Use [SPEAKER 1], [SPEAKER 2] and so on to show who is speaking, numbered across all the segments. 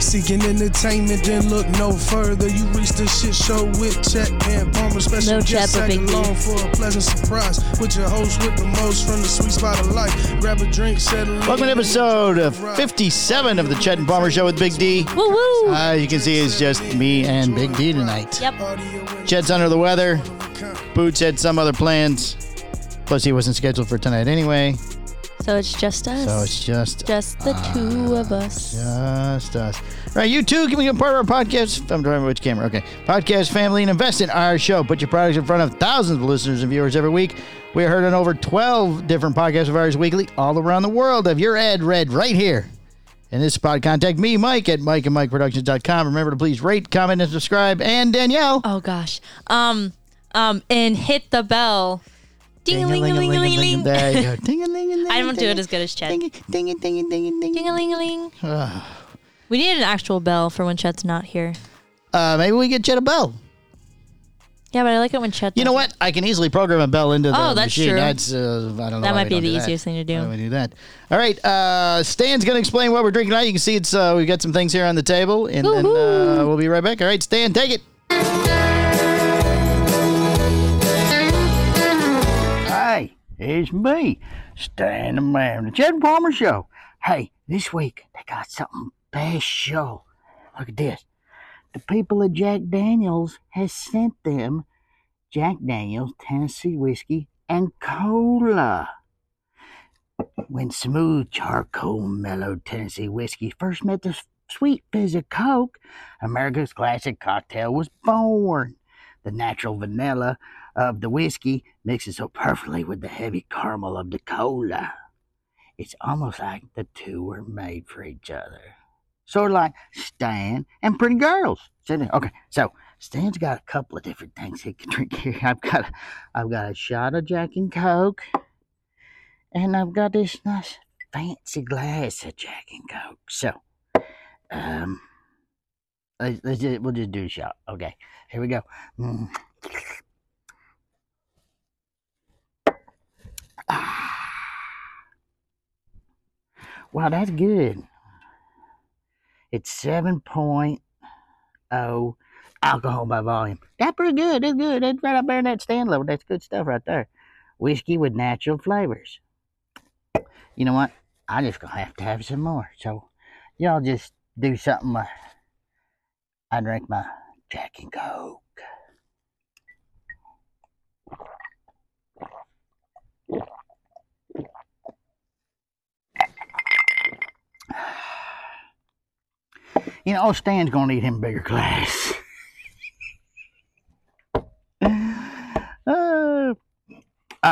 [SPEAKER 1] seeking entertainment, then look no further. You reach the shit show with Chet and Palmer. Special
[SPEAKER 2] No
[SPEAKER 1] guest
[SPEAKER 2] Chapa,
[SPEAKER 1] tag
[SPEAKER 2] Big B.
[SPEAKER 1] along for a pleasant surprise. With your host with the most from the sweet spot of life. Grab a drink, settle in.
[SPEAKER 3] Welcome to episode of 57 of the Chet and Palmer Show with Big D.
[SPEAKER 2] Woo woo.
[SPEAKER 3] Uh, you can see it's just me and Big D tonight.
[SPEAKER 2] yep.
[SPEAKER 3] Chet's under the weather. Boots had some other plans. Plus, he wasn't scheduled for tonight anyway.
[SPEAKER 2] So it's just us.
[SPEAKER 3] So it's just
[SPEAKER 2] just the two of us.
[SPEAKER 3] Just us. Right, you too can become part of our podcast. I'm trying to remember which camera. Okay. Podcast family and invest in our show. Put your products in front of thousands of listeners and viewers every week. We are heard on over 12 different podcasts of ours weekly all around the world. Have your ad read right here. In this spot, contact me, Mike, at Mike and MikeProductions.com. Remember to please rate, comment, and subscribe. And Danielle.
[SPEAKER 2] Oh gosh. Um um and hit the bell. Ding a ling a ling a ling ling.
[SPEAKER 3] Ding-a-ling-a-ling-a-ling. There you go. Ding-a-ling-a-ling.
[SPEAKER 2] I don't do it as good as Chet. Ding
[SPEAKER 3] Ding-a-ding-a-ding-a-ding.
[SPEAKER 2] a ling a ling.
[SPEAKER 3] Ah.
[SPEAKER 2] We need an actual bell for when Chet's not here.
[SPEAKER 3] Uh, maybe we get Jed a bell.
[SPEAKER 2] Yeah, but I like it when Chet.
[SPEAKER 3] You know
[SPEAKER 2] does it.
[SPEAKER 3] what? I can easily program a bell into the
[SPEAKER 2] Oh, that's
[SPEAKER 3] machine.
[SPEAKER 2] true.
[SPEAKER 3] That's uh, I don't know.
[SPEAKER 2] That might
[SPEAKER 3] why we
[SPEAKER 2] be
[SPEAKER 3] don't
[SPEAKER 2] the
[SPEAKER 3] do that.
[SPEAKER 2] easiest thing to do.
[SPEAKER 3] Why we do that. All right. Uh, Stan's going to explain what we're drinking tonight. You can see it's uh, we've got some things here on the table, and then uh,
[SPEAKER 2] Woohoo.
[SPEAKER 3] we'll be right back. All right, Stan, take it.
[SPEAKER 4] Hey, it's me, Stan the Man, the Jed Palmer Show. Hey, this week they got something special. Look at this. The people at Jack Daniels has sent them Jack Daniels Tennessee whiskey and cola. When smooth charcoal mellow Tennessee whiskey first met the s- sweet fizz of Coke, America's classic cocktail was born. The natural vanilla of the whiskey mixes so perfectly with the heavy caramel of the cola. It's almost like the two were made for each other. Sort of like Stan and Pretty Girls. See there? Okay, so Stan's got a couple of different things he can drink here. I've got, I've got a shot of Jack and Coke, and I've got this nice fancy glass of Jack and Coke. So, um, let's, let's just, we'll just do a shot. Okay, here we go. Mm. Ah. Wow, that's good. It's seven oh alcohol by volume. That's pretty good. That's good. That's right up there in that stand level. That's good stuff right there. Whiskey with natural flavors. You know what? I just gonna have to have some more. So y'all just do something. while I drink my Jack and Coke. You know, old Stan's gonna need him a bigger glass. Uh, all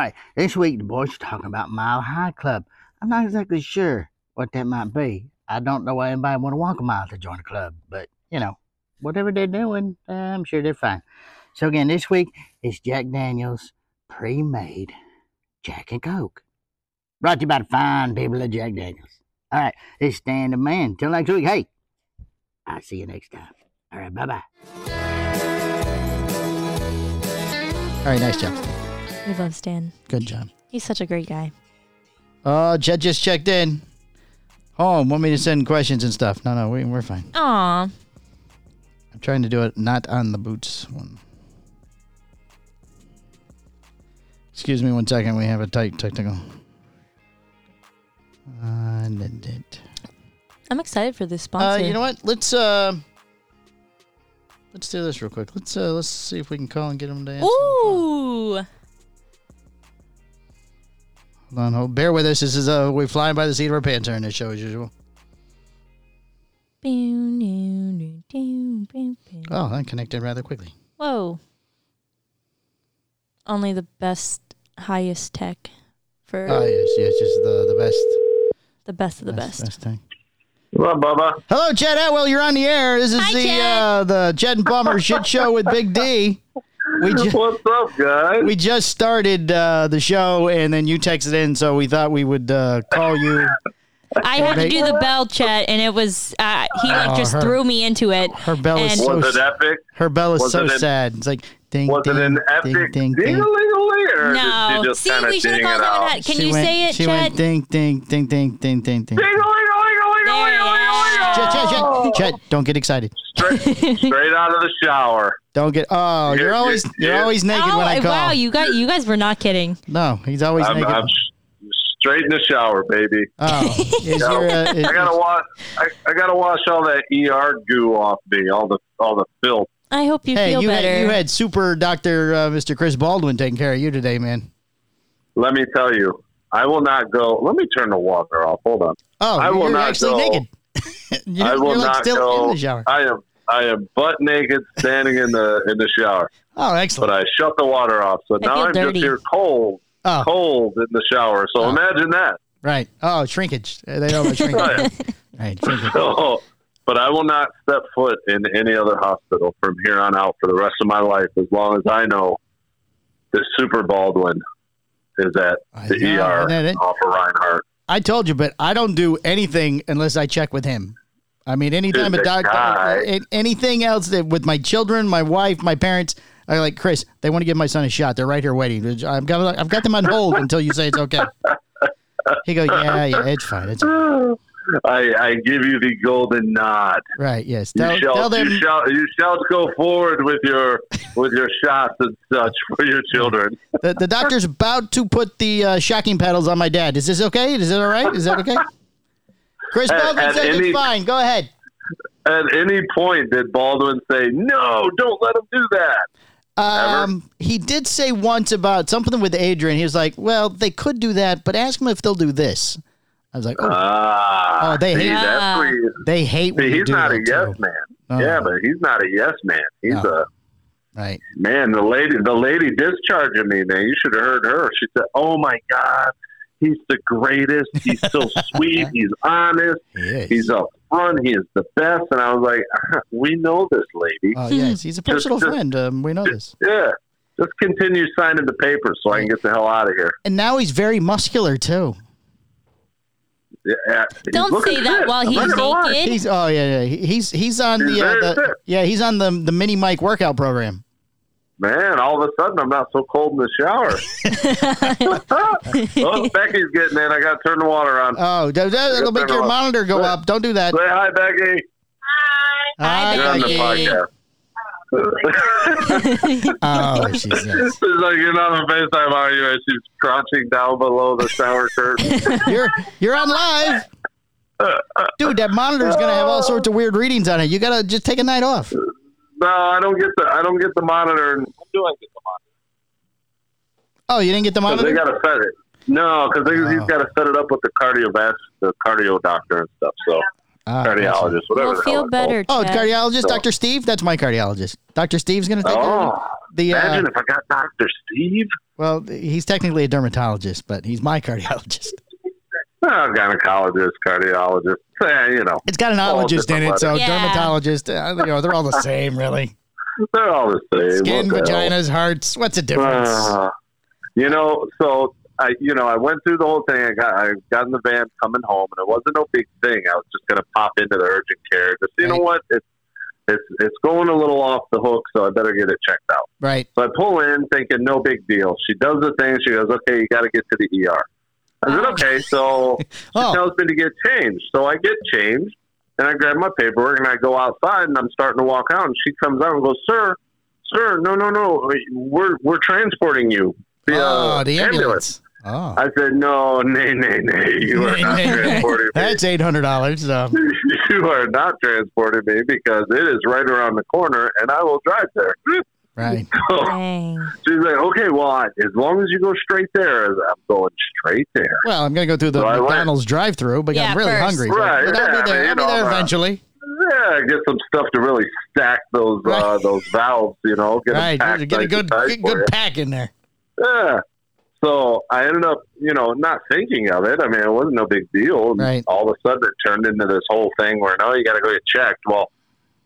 [SPEAKER 4] right, this week the boys are talking about Mile High Club. I'm not exactly sure what that might be. I don't know why anybody want to walk a mile to join a club, but you know, whatever they're doing, I'm sure they're fine. So again, this week is Jack Daniels pre-made Jack and Coke, brought to you by the fine people at Jack Daniels. All right, this is Stan the Man. Till next week, hey. I'll see you next time. All right, bye bye.
[SPEAKER 3] All right, nice job. Stan.
[SPEAKER 2] We love Stan.
[SPEAKER 3] Good job.
[SPEAKER 2] He's such a great guy.
[SPEAKER 3] Uh, Jed just checked in. Home, want me to send questions and stuff? No, no, we, we're fine.
[SPEAKER 2] Aw.
[SPEAKER 3] I'm trying to do it not on the boots one. Excuse me one second. We have a tight technical. Uh, da- da-
[SPEAKER 2] I'm excited for this
[SPEAKER 3] Uh,
[SPEAKER 2] sponsor.
[SPEAKER 3] you know what? Let's uh, let's do this real quick. Let's uh, let's see if we can call and get him to answer.
[SPEAKER 2] Ooh.
[SPEAKER 3] Hold on, hold. Bear with us. This is uh, we flying by the seat of our pants here in this show as usual. Oh, that connected rather quickly.
[SPEAKER 2] Whoa. Only the best, highest tech for
[SPEAKER 3] Oh yes, yes, just the the best,
[SPEAKER 2] the best of the best.
[SPEAKER 3] thing.
[SPEAKER 5] Well, Bubba?
[SPEAKER 3] Hello, Chad Atwell. You're on the air. This is
[SPEAKER 2] Hi,
[SPEAKER 3] the
[SPEAKER 2] Chad.
[SPEAKER 3] uh, the Jed and Palmer shit show with Big D. We just
[SPEAKER 5] What's up, guys?
[SPEAKER 3] we just started uh, the show, and then you texted in, so we thought we would uh, call you.
[SPEAKER 2] I had to
[SPEAKER 3] Make-
[SPEAKER 2] do the bell chat, and it was uh, he like
[SPEAKER 3] Oh,
[SPEAKER 2] just
[SPEAKER 3] her-
[SPEAKER 2] threw me into it.
[SPEAKER 3] Her bell is
[SPEAKER 2] And-
[SPEAKER 3] so
[SPEAKER 5] was it epic?
[SPEAKER 3] Her bell is
[SPEAKER 5] Was
[SPEAKER 3] so
[SPEAKER 5] it an-
[SPEAKER 3] sad. It's like ding,
[SPEAKER 5] Was
[SPEAKER 3] ding,
[SPEAKER 5] it an epic
[SPEAKER 3] ding, ding, ding.
[SPEAKER 5] ding-a-ling-a-ling, or did you
[SPEAKER 2] No,
[SPEAKER 5] just
[SPEAKER 2] see,
[SPEAKER 5] kind of
[SPEAKER 2] we should
[SPEAKER 5] ding
[SPEAKER 2] have
[SPEAKER 5] it
[SPEAKER 2] called him. and
[SPEAKER 5] out?
[SPEAKER 2] had- Can
[SPEAKER 3] She
[SPEAKER 2] you
[SPEAKER 3] went-
[SPEAKER 2] say it,
[SPEAKER 3] she
[SPEAKER 2] Chad?
[SPEAKER 3] Went ding, ding, ding, ding, ding, ding, ding.
[SPEAKER 5] Ding-a-ling-a-ling-a-ling-a-ling-a-ling-a-ling-a-ling-a-ling-a-ling-a-ling-a-ling-a-ling-a-ling-a-ling-a-ling-a-ling-a-ling-a-ling-a-ling-a-ling-a-ling-a-ling-a-ling-a-ling-a-ling-a-ling-a-ling-a-ling-a-ling-a-ling-a-ling-a-ling-a-ling-a-ling-a-ling-a-ling-a-ling-a-ling-a-ling-a-ling-a-ling-a-ling-a-ling-a-ling-a-ling-a-ling-a-ling-a-ling-a-ling-a-ling-a-ling-a-ling-a-ling-a-ling-a-ling-a-ling-a-ling-
[SPEAKER 3] Chet, Chet,
[SPEAKER 2] Oh.
[SPEAKER 3] Chet, Chet, don't get excited.
[SPEAKER 5] Straight, straight out of the shower.
[SPEAKER 3] Don't get. Oh, you're
[SPEAKER 5] Yeah,
[SPEAKER 3] always
[SPEAKER 5] yeah,
[SPEAKER 3] you're
[SPEAKER 5] yeah.
[SPEAKER 3] always naked
[SPEAKER 2] oh,
[SPEAKER 3] when I call.
[SPEAKER 2] wow, you guys, you guys were not kidding.
[SPEAKER 3] no, he's always
[SPEAKER 5] I'm,
[SPEAKER 3] naked.
[SPEAKER 5] I'm s- straight in the shower, baby.
[SPEAKER 3] oh, is
[SPEAKER 5] No.
[SPEAKER 3] your, uh, is-
[SPEAKER 5] I gotta wash. I, I gotta wash all that ER goo off me. All the all the filth.
[SPEAKER 2] I hope you
[SPEAKER 3] hey,
[SPEAKER 2] feel
[SPEAKER 3] you
[SPEAKER 2] better.
[SPEAKER 3] had, you had super doctor uh, Mr. Chris Baldwin taking care of you today, man.
[SPEAKER 5] Let me tell you, I will not go. Let me turn the water off. Hold on.
[SPEAKER 3] Oh,
[SPEAKER 5] I will
[SPEAKER 3] you're
[SPEAKER 5] not
[SPEAKER 3] actually
[SPEAKER 5] go.
[SPEAKER 3] naked. you're,
[SPEAKER 5] I will
[SPEAKER 3] you're like
[SPEAKER 5] not
[SPEAKER 3] still
[SPEAKER 5] go.
[SPEAKER 3] in the shower.
[SPEAKER 5] I am I am butt naked, standing in the in the shower.
[SPEAKER 3] Oh,
[SPEAKER 5] But
[SPEAKER 3] excellent.
[SPEAKER 5] I shut the water off, so now
[SPEAKER 2] feel
[SPEAKER 5] I'm
[SPEAKER 2] dirty.
[SPEAKER 5] just here cold,
[SPEAKER 3] Oh,
[SPEAKER 5] cold in the shower. So
[SPEAKER 3] Oh.
[SPEAKER 5] imagine that.
[SPEAKER 3] right. Oh, shrinkage. Uh, They know about shrinkage.
[SPEAKER 5] Right.
[SPEAKER 3] right, shrinkage.
[SPEAKER 5] So, but I will not step foot in any other hospital from here on out for the rest of my life, as long as I know that Super Baldwin is at
[SPEAKER 3] I
[SPEAKER 5] the
[SPEAKER 3] know,
[SPEAKER 5] ER
[SPEAKER 3] isn't that it?
[SPEAKER 5] off of Reinhardt.
[SPEAKER 3] I told you, but I don't do anything unless I check with him. I mean, anytime a
[SPEAKER 5] Dude, that
[SPEAKER 3] doctor,
[SPEAKER 5] guy.
[SPEAKER 3] an- anything else that with my children, my wife, my parents, I like Chris. They want to give my son a shot. They're right here waiting. I've got, I've got them on hold until you say it's okay. He goes, yeah, yeah, it's fine. It's
[SPEAKER 5] I, I give you the golden nod.
[SPEAKER 3] right. Yes,
[SPEAKER 5] You
[SPEAKER 3] tell,
[SPEAKER 5] shall,
[SPEAKER 3] tell them.
[SPEAKER 5] you shall, you shall go forward with your with your shots and such for your children.
[SPEAKER 3] The, the doctor's about to put the uh, shocking paddles on my dad. Is this okay? Is it all right? Is that okay? Chris
[SPEAKER 5] At-
[SPEAKER 3] Baldwin
[SPEAKER 5] at
[SPEAKER 3] says
[SPEAKER 5] any-
[SPEAKER 3] it's fine. Go ahead.
[SPEAKER 5] At any point, did Baldwin say, "No, don't let him do that"?
[SPEAKER 3] Um, he did say once about something with Adrian. He was like, "Well, they could do that, but ask them if they'll do this." I was like, "Oh,
[SPEAKER 5] Ah,
[SPEAKER 3] Oh, they
[SPEAKER 5] see,
[SPEAKER 3] hate-
[SPEAKER 5] that's where you-
[SPEAKER 3] they hate." When
[SPEAKER 5] See,
[SPEAKER 3] you
[SPEAKER 5] he's
[SPEAKER 3] do
[SPEAKER 5] not a
[SPEAKER 3] that,
[SPEAKER 5] yes
[SPEAKER 3] too.
[SPEAKER 5] man.
[SPEAKER 3] Oh.
[SPEAKER 5] yeah, but he's not a yes man. He's
[SPEAKER 3] No.
[SPEAKER 5] a
[SPEAKER 3] Right?
[SPEAKER 5] man. The lady, the lady discharging me, man. You should have heard her. She said, "Oh my God, he's the greatest. He's so sweet. He's honest.
[SPEAKER 3] He is.
[SPEAKER 5] He's up front. He is the best." And I was like, "We know this lady.
[SPEAKER 3] oh yes, he's a personal
[SPEAKER 5] just-
[SPEAKER 3] friend. Um, we know this.
[SPEAKER 5] yeah, just continue signing the papers so I can get the hell out of here."
[SPEAKER 3] And now he's very muscular too.
[SPEAKER 5] Yeah, he's
[SPEAKER 2] Don't
[SPEAKER 5] looking
[SPEAKER 2] say that
[SPEAKER 5] fit.
[SPEAKER 2] while
[SPEAKER 5] I'm not
[SPEAKER 2] he's
[SPEAKER 5] gonna lie.
[SPEAKER 2] naked.
[SPEAKER 3] He's oh yeah, yeah. He- He's he's on
[SPEAKER 5] He's
[SPEAKER 3] the, uh,
[SPEAKER 5] very fit.
[SPEAKER 3] the yeah he's on the the mini Mike workout program.
[SPEAKER 5] Man, all of a sudden I'm not so cold in the shower. oh, Becky's getting in. I got to turn the water on.
[SPEAKER 2] Uh,
[SPEAKER 3] Oh, that, that'll make your monitor go up. Don't do that.
[SPEAKER 5] Say hi, Becky.
[SPEAKER 3] uh,
[SPEAKER 2] Hi,
[SPEAKER 5] You're on the
[SPEAKER 2] Becky.
[SPEAKER 5] podcast.
[SPEAKER 3] Oh, she's
[SPEAKER 5] it's like you're not on FaceTime, are you? And she's crouching down below the shower curtain.
[SPEAKER 3] you're you're on live. Dude, that monitor's gonna have all sorts of weird readings on it. You gotta just take a night off.
[SPEAKER 5] no, I don't get the I don't get the monitor. When do I get the monitor?
[SPEAKER 3] Oh, you didn't get the
[SPEAKER 5] Because they
[SPEAKER 3] monitor?
[SPEAKER 5] got to set it. No, because
[SPEAKER 3] Oh.
[SPEAKER 5] he's got to set it up with the cardiovascular, the cardio doctor and stuff. So
[SPEAKER 3] Ah, gotcha.
[SPEAKER 5] cardiologist,
[SPEAKER 2] You'll
[SPEAKER 5] whatever. the hell
[SPEAKER 2] feel
[SPEAKER 5] it's
[SPEAKER 2] better.
[SPEAKER 3] Oh,
[SPEAKER 2] Chad.
[SPEAKER 3] cardiologist,
[SPEAKER 5] So-
[SPEAKER 3] Doctor Steve. That's my cardiologist. Doctor Steve's gonna take
[SPEAKER 5] called.
[SPEAKER 3] care of
[SPEAKER 5] Oh,
[SPEAKER 3] the. Uh,
[SPEAKER 5] imagine if I got Doctor Steve.
[SPEAKER 3] well, he's technically a dermatologist, but he's my cardiologist.
[SPEAKER 5] Oh, gynecologist, cardiologist. Eh, you know,
[SPEAKER 3] It's got an
[SPEAKER 5] All
[SPEAKER 3] ologist in it,
[SPEAKER 5] different
[SPEAKER 3] so
[SPEAKER 2] letters. Yeah.
[SPEAKER 3] dermatologist. Uh, you know, they're all the same, really.
[SPEAKER 5] they're all the same.
[SPEAKER 3] Skin,
[SPEAKER 5] What the hell?
[SPEAKER 3] vaginas, hearts. What's the difference?
[SPEAKER 5] Uh, you know, so I, you know, I went through the whole thing. I got, I got in the van coming home, and it wasn't no big thing. I was just gonna pop into the urgent care. Just you know
[SPEAKER 3] Right.
[SPEAKER 5] what, it's it's it's going a little off the hook, so I better get it checked out.
[SPEAKER 3] right.
[SPEAKER 5] So I pull in, thinking no big deal. She does the thing. She goes, okay, you got to get to the ER. I said, okay, so she
[SPEAKER 3] Oh,
[SPEAKER 5] tells me to get changed. So I get changed and I grab my paperwork and I go outside and I'm starting to walk out and she comes out and goes, Sir, sir, no, no, no. We're we're transporting you.
[SPEAKER 3] oh,
[SPEAKER 5] uh,
[SPEAKER 3] the ambulance. Oh.
[SPEAKER 5] I said, No, nay, nay, nay, you are not transporting me.
[SPEAKER 3] That's eight hundred dollars. Um,
[SPEAKER 5] You are not transporting me because it is right around the corner and I will drive there.
[SPEAKER 3] right.
[SPEAKER 5] So
[SPEAKER 2] Dang.
[SPEAKER 5] she's like, Okay, well I, as long as you go straight there, I'm going straight there.
[SPEAKER 3] Well, I'm gonna go through the
[SPEAKER 5] So I went.
[SPEAKER 3] McDonald's drive-through, but
[SPEAKER 2] Yeah,
[SPEAKER 3] I'm really
[SPEAKER 2] first.
[SPEAKER 3] hungry.
[SPEAKER 5] Right,
[SPEAKER 3] But I'll
[SPEAKER 5] yeah, uh,
[SPEAKER 3] be
[SPEAKER 5] I
[SPEAKER 3] there.
[SPEAKER 5] mean,
[SPEAKER 3] I'll be
[SPEAKER 5] all
[SPEAKER 3] there
[SPEAKER 5] that.
[SPEAKER 3] eventually.
[SPEAKER 5] Yeah, get some stuff to really stack those uh,
[SPEAKER 3] Right.
[SPEAKER 5] those valves. You know, get 'em
[SPEAKER 3] right,
[SPEAKER 5] packed
[SPEAKER 3] get a
[SPEAKER 5] nice
[SPEAKER 3] good
[SPEAKER 5] and tight
[SPEAKER 3] good,
[SPEAKER 5] for
[SPEAKER 3] good pack in there.
[SPEAKER 5] you. Yeah. So I ended up, you know, not thinking of it. I mean, it wasn't no big deal. And
[SPEAKER 3] Right.
[SPEAKER 5] All of a sudden, it turned into this whole thing where no, you got to go get checked. Well,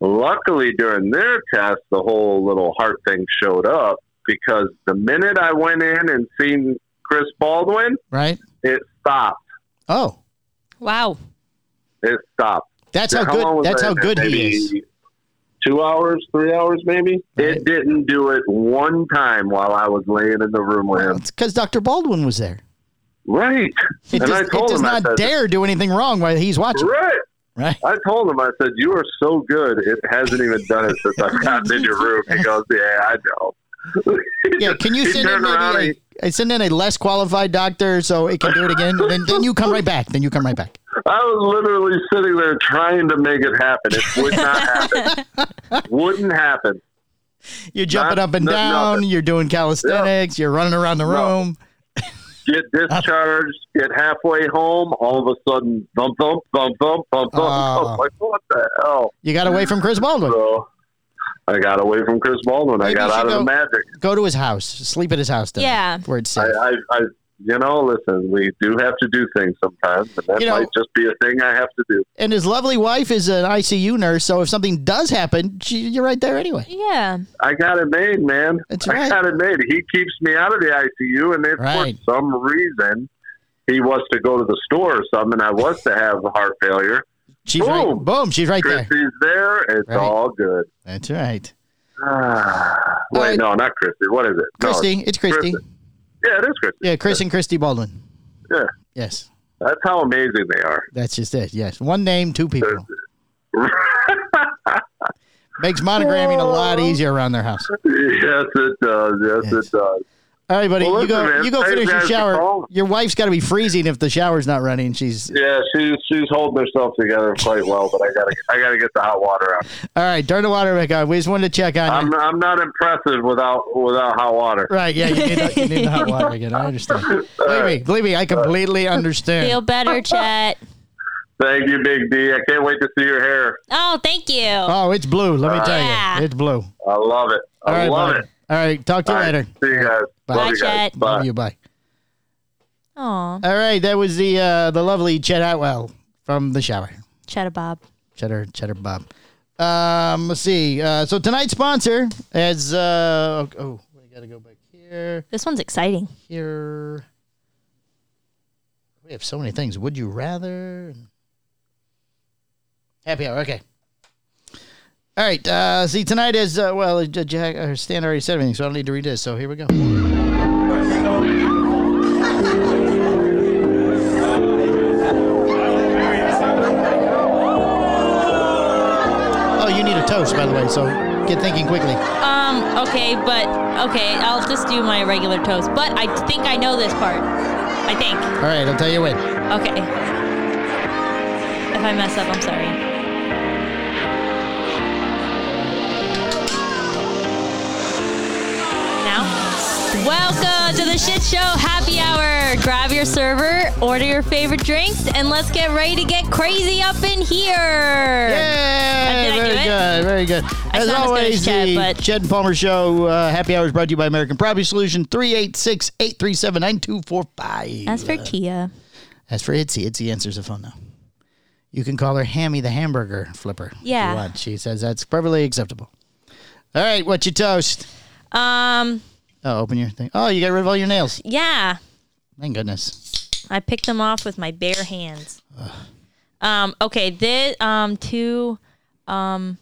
[SPEAKER 5] luckily during their test, the whole little heart thing showed up because the minute I went in and seen Chris Baldwin,
[SPEAKER 3] Right.
[SPEAKER 5] it stopped.
[SPEAKER 3] Oh,
[SPEAKER 2] Wow.
[SPEAKER 5] It stopped.
[SPEAKER 3] that's
[SPEAKER 5] Now,
[SPEAKER 3] how
[SPEAKER 5] long
[SPEAKER 3] good.
[SPEAKER 5] was
[SPEAKER 3] That's
[SPEAKER 5] I
[SPEAKER 3] how
[SPEAKER 5] in there?
[SPEAKER 3] good he
[SPEAKER 5] Maybe
[SPEAKER 3] is.
[SPEAKER 5] Two hours, three hours, maybe.
[SPEAKER 3] Right.
[SPEAKER 5] It didn't do it one time while I was laying in the room with him.
[SPEAKER 3] Because Dr. Baldwin was there.
[SPEAKER 5] Right.
[SPEAKER 3] It
[SPEAKER 5] and
[SPEAKER 3] does,
[SPEAKER 5] I
[SPEAKER 3] it
[SPEAKER 5] told
[SPEAKER 3] does
[SPEAKER 5] him, I
[SPEAKER 3] not
[SPEAKER 5] said,
[SPEAKER 3] dare do anything wrong while he's watching.
[SPEAKER 5] Right.
[SPEAKER 3] Right.
[SPEAKER 5] I told him, I said, "You are so good. It hasn't even done it since I've gotten in your room." He goes, "Yeah, I know."
[SPEAKER 3] Yeah. Can you
[SPEAKER 5] He
[SPEAKER 3] send in
[SPEAKER 5] turned around
[SPEAKER 3] maybe
[SPEAKER 5] and
[SPEAKER 3] a, I send in a less qualified doctor so it can do it again? then, then you come right back. Then you come right back.
[SPEAKER 5] I was literally sitting there trying to make it happen. It would not happen. Wouldn't happen.
[SPEAKER 3] You're jumping
[SPEAKER 5] Not-
[SPEAKER 3] up and
[SPEAKER 5] no-
[SPEAKER 3] down.
[SPEAKER 5] nothing.
[SPEAKER 3] You're doing calisthenics. You're running around the
[SPEAKER 5] No.
[SPEAKER 3] room.
[SPEAKER 5] Get discharged. Get halfway home. All of a sudden, thump thump thump thump thump thump. I
[SPEAKER 3] Oh.
[SPEAKER 5] was like, what the hell?
[SPEAKER 3] You got away from Chris Baldwin.
[SPEAKER 5] So I got away from Chris Baldwin. I
[SPEAKER 3] Maybe
[SPEAKER 5] got
[SPEAKER 3] you
[SPEAKER 5] out of
[SPEAKER 3] should go-
[SPEAKER 5] the magic.
[SPEAKER 3] Go to his house. Sleep at his house. Then,
[SPEAKER 2] Yeah.
[SPEAKER 3] Where it's safe.
[SPEAKER 5] I, I, I, you know, listen, we do have to do things sometimes, and that
[SPEAKER 3] You know-
[SPEAKER 5] might just be a thing I have to do.
[SPEAKER 3] and his lovely wife is an ICU nurse. So if something does happen, she, you're right there anyway.
[SPEAKER 2] Yeah.
[SPEAKER 5] I got it made, man.
[SPEAKER 3] That's
[SPEAKER 5] I
[SPEAKER 3] right.
[SPEAKER 5] got it made. He keeps me out of the ICU, and if
[SPEAKER 3] Right.
[SPEAKER 5] for some reason he was to go to the store or something, and I was to have heart failure,
[SPEAKER 3] She's right.
[SPEAKER 5] Boom.
[SPEAKER 3] Boom. She's right there.
[SPEAKER 5] Chrissy's there. It's
[SPEAKER 3] Right.
[SPEAKER 5] all good.
[SPEAKER 3] That's right.
[SPEAKER 5] Ah. Wait,
[SPEAKER 3] right.
[SPEAKER 5] no, not Chrissy. What is it? No,
[SPEAKER 3] Christy. It's Christy.
[SPEAKER 5] Kristen. yeah, it is Chrissy.
[SPEAKER 3] Yeah, Chris and Christy Baldwin.
[SPEAKER 5] Yeah.
[SPEAKER 3] Yes.
[SPEAKER 5] That's how amazing they are.
[SPEAKER 3] That's just it. Yes. One name, two people. Makes monogramming a lot easier around their house.
[SPEAKER 5] yes, it does. Yes,
[SPEAKER 3] Yes.
[SPEAKER 5] it does.
[SPEAKER 3] All right, buddy.
[SPEAKER 5] Well,
[SPEAKER 3] you go
[SPEAKER 5] listen, man,
[SPEAKER 3] you go
[SPEAKER 5] thanks,
[SPEAKER 3] finish your
[SPEAKER 5] guys, for
[SPEAKER 3] shower.
[SPEAKER 5] calling.
[SPEAKER 3] Your wife's gotta be freezing if the shower's not running. She's
[SPEAKER 5] Yeah, she's she's holding herself together quite well, but I gotta I gotta get the hot water out.
[SPEAKER 3] all right, turn the water back on. We just wanted to check on you.
[SPEAKER 5] I'm I'm not impressive without without hot water.
[SPEAKER 3] Right, yeah, you need, the, you need the hot water again. I understand. Believe me, believe me, I completely understand.
[SPEAKER 2] Feel better, Chet.
[SPEAKER 5] Thank you, Big D. I can't wait to see your hair.
[SPEAKER 2] Oh, thank you.
[SPEAKER 3] Oh, it's blue. Let me tell
[SPEAKER 2] Yeah.
[SPEAKER 3] you, it's blue.
[SPEAKER 5] I love it. I
[SPEAKER 3] All right,
[SPEAKER 5] love
[SPEAKER 3] buddy.
[SPEAKER 5] it.
[SPEAKER 3] All right, talk to you
[SPEAKER 5] All right,
[SPEAKER 3] later.
[SPEAKER 5] See you guys.
[SPEAKER 3] Bye.
[SPEAKER 5] Love you
[SPEAKER 2] Bye,
[SPEAKER 5] guys.
[SPEAKER 2] Chet.
[SPEAKER 5] Bye.
[SPEAKER 3] Love you. Bye.
[SPEAKER 2] Aw.
[SPEAKER 3] All right, that was the uh, the lovely Chet Atwell from the shower.
[SPEAKER 2] Chet Bob.
[SPEAKER 3] Cheddar Cheddar Bob. Um, let's see. Uh, so tonight's sponsor is uh, oh, we gotta go back here.
[SPEAKER 2] This one's exciting.
[SPEAKER 3] Here, we have so many things. Would you rather? Happy hour. Okay. All right. Uh, see tonight is uh, well. uh, Jack, uh, Stan already said everything, so I don't need to read this. So here we go. Oh, you need a toast, by the way. So get thinking quickly.
[SPEAKER 2] Um, okay, but okay, I'll just do my regular toast. But I think I know this part. I think.
[SPEAKER 3] All right, I'll tell you when.
[SPEAKER 2] Okay. If I mess up, I'm sorry. Now, welcome to the shit show happy hour. Grab your server, order your favorite drinks, and let's get ready to get crazy up in here. Did I
[SPEAKER 3] Yeah,
[SPEAKER 2] do
[SPEAKER 3] very
[SPEAKER 2] it?
[SPEAKER 3] good, very good. As
[SPEAKER 2] sound as good as
[SPEAKER 3] always,
[SPEAKER 2] Chad,
[SPEAKER 3] the
[SPEAKER 2] but-
[SPEAKER 3] Chad and Palmer Show uh, Happy Hour is brought to you by American Property Solution 386 837 9245.
[SPEAKER 2] As for Kia,
[SPEAKER 3] As for Itzy, Itzy answers the phone now. You can call her Hammy the Hamburger Flipper. if you
[SPEAKER 2] Yeah.
[SPEAKER 3] want. She says that's perfectly acceptable. All right, what's your toast?
[SPEAKER 2] um,
[SPEAKER 3] Oh, open your thing. Oh, you got rid of all your nails.
[SPEAKER 2] yeah,
[SPEAKER 3] Thank goodness.
[SPEAKER 2] I picked them off with my bare hands. Um, okay, this um to um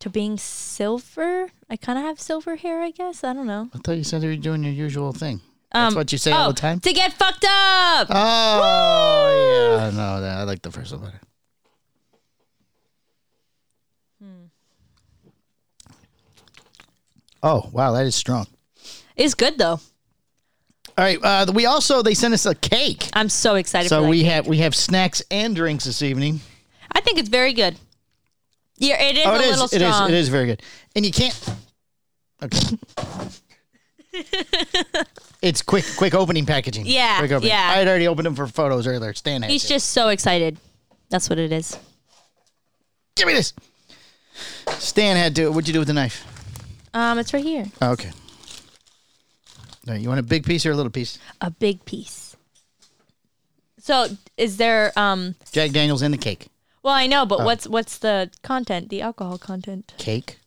[SPEAKER 2] to being silver. I kind of have silver hair, I guess. I don't know.
[SPEAKER 3] I thought you said you were doing your usual thing.
[SPEAKER 2] Um,
[SPEAKER 3] that's what you say all
[SPEAKER 2] oh,
[SPEAKER 3] the time.
[SPEAKER 2] To get fucked up.
[SPEAKER 3] Oh, yeah. No, that- I like the first one better. Hmm. Oh, wow. That is strong.
[SPEAKER 2] it's good though.
[SPEAKER 3] All right. Uh, we also, they sent us a cake.
[SPEAKER 2] I'm so excited.
[SPEAKER 3] So
[SPEAKER 2] for that.
[SPEAKER 3] we have we have snacks and drinks this evening.
[SPEAKER 2] I think it's very good. Yeah, it is
[SPEAKER 3] Oh,
[SPEAKER 2] a
[SPEAKER 3] it
[SPEAKER 2] little
[SPEAKER 3] is. It is.
[SPEAKER 2] strong.
[SPEAKER 3] It is very good. And you can't. Okay. it's quick, quick opening packaging.
[SPEAKER 2] Yeah,
[SPEAKER 3] Quick opening.
[SPEAKER 2] yeah.
[SPEAKER 3] I had already opened them for photos earlier. Stan had.
[SPEAKER 2] He's
[SPEAKER 3] to.
[SPEAKER 2] just so excited. That's what it is.
[SPEAKER 3] Give me this. Stan had to. What'd you do with the knife?
[SPEAKER 2] Um, it's right here.
[SPEAKER 3] Oh, okay. All right, you want a big piece or a little piece?
[SPEAKER 2] A big piece. So is there um
[SPEAKER 3] Jack Daniels and the cake.
[SPEAKER 2] Well, I know,
[SPEAKER 3] Uh.
[SPEAKER 2] but what's what's the content? The alcohol content?
[SPEAKER 3] Cake.